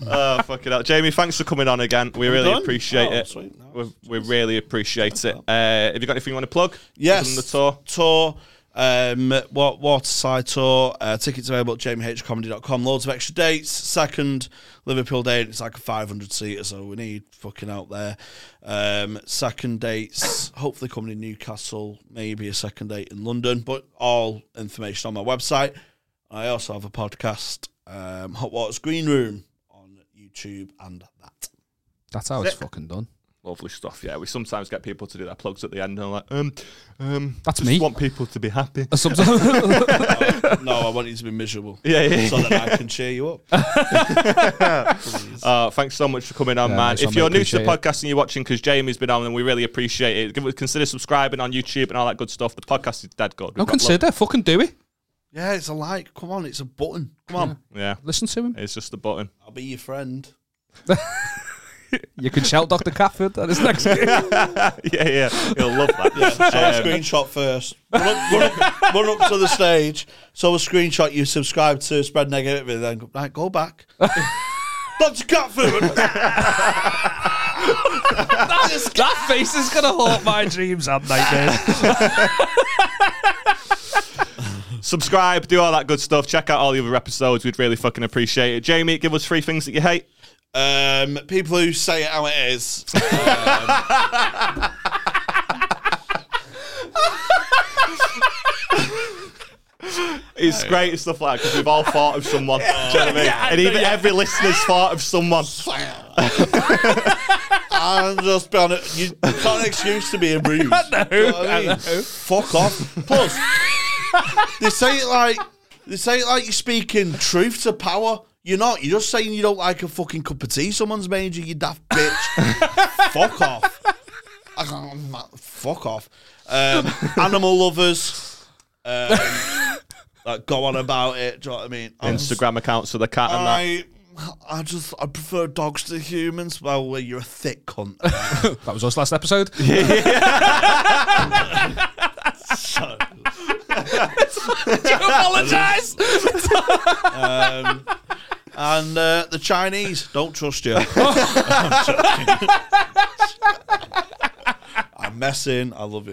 A: oh, fucking hell. Jamie, thanks for coming on again. We really
B: done?
A: appreciate
B: Oh,
A: it.
B: sweet. No,
A: we we really appreciate it. Uh, have you got anything you want to plug? Other
B: Yes,
A: than The tour.
B: Tour. Um, what Waterside tour? Uh, tickets available at jamiehcomedy.com. Loads of extra dates. Second Liverpool date. It's like a 500 seater, so we need fucking out there. Um, second dates. hopefully coming in Newcastle. Maybe a second date in London. But all information on my website. I also have a podcast, um, Hot Water's Green Room, on YouTube and that.
C: That's how it's fucking done.
A: Lovely stuff. Yeah, we sometimes get people to do their plugs at the end and they're like, um, um,
C: That's
A: just
C: me.
A: want people to be happy.
C: Sometimes-
B: no, I want you to be miserable.
A: Yeah, yeah.
B: So that I can cheer you up.
A: Uh, thanks so much for coming on,
C: Yeah,
A: man.
C: nice one,
A: If
C: mate.
A: you're new to the
C: Appreciate it.
A: podcast and you're watching because Jamie's been on, and we really appreciate it. Give, consider subscribing on YouTube and all that good stuff. The podcast is dead good. We've
C: no,
A: got lo-
C: consider. Fucking do it.
B: Yeah, it's a like. Come on, it's a button. Come on.
A: Yeah,
C: Listen to him.
A: it's just the button.
B: I'll be your friend.
C: You can shout Dr. Catford at his next game.
A: yeah, yeah, he'll love that.
B: Yeah, so a
A: Um,
B: screenshot first. Run up, run up- run up to the stage. So a screenshot you subscribe to, spread negativity, then go, right, go back. Dr. Catfood.
C: that face is going to haunt my dreams and nightmares.
A: subscribe, do all that good stuff. Check out all the other episodes. We'd really fucking appreciate it. Jamie, give us three things that you hate.
B: Um, people who say it how it is.
A: It's great stuff like because we've all thought of someone. do you know what I mean? and even every listener's thought of someone.
B: I'm just being honest. You it's not an excuse to be rude. no, Fuck off. Plus, they say it like they say it like you're speaking truth to power. You're not. You're just saying you don't like a fucking cup of tea someone's made you. You daft bitch. Fuck off. I can't, ma- fuck off. Um, animal lovers. Um, that go on about it. Do you know what I mean? I'm
A: Instagram accounts of the cat and that.
B: I, I just I prefer dogs to humans. Well, well, you're a thick cunt.
C: That was us last episode. apologise.
B: and uh, the Chinese don't trust you. I'm, joking. I'm messing. I love you.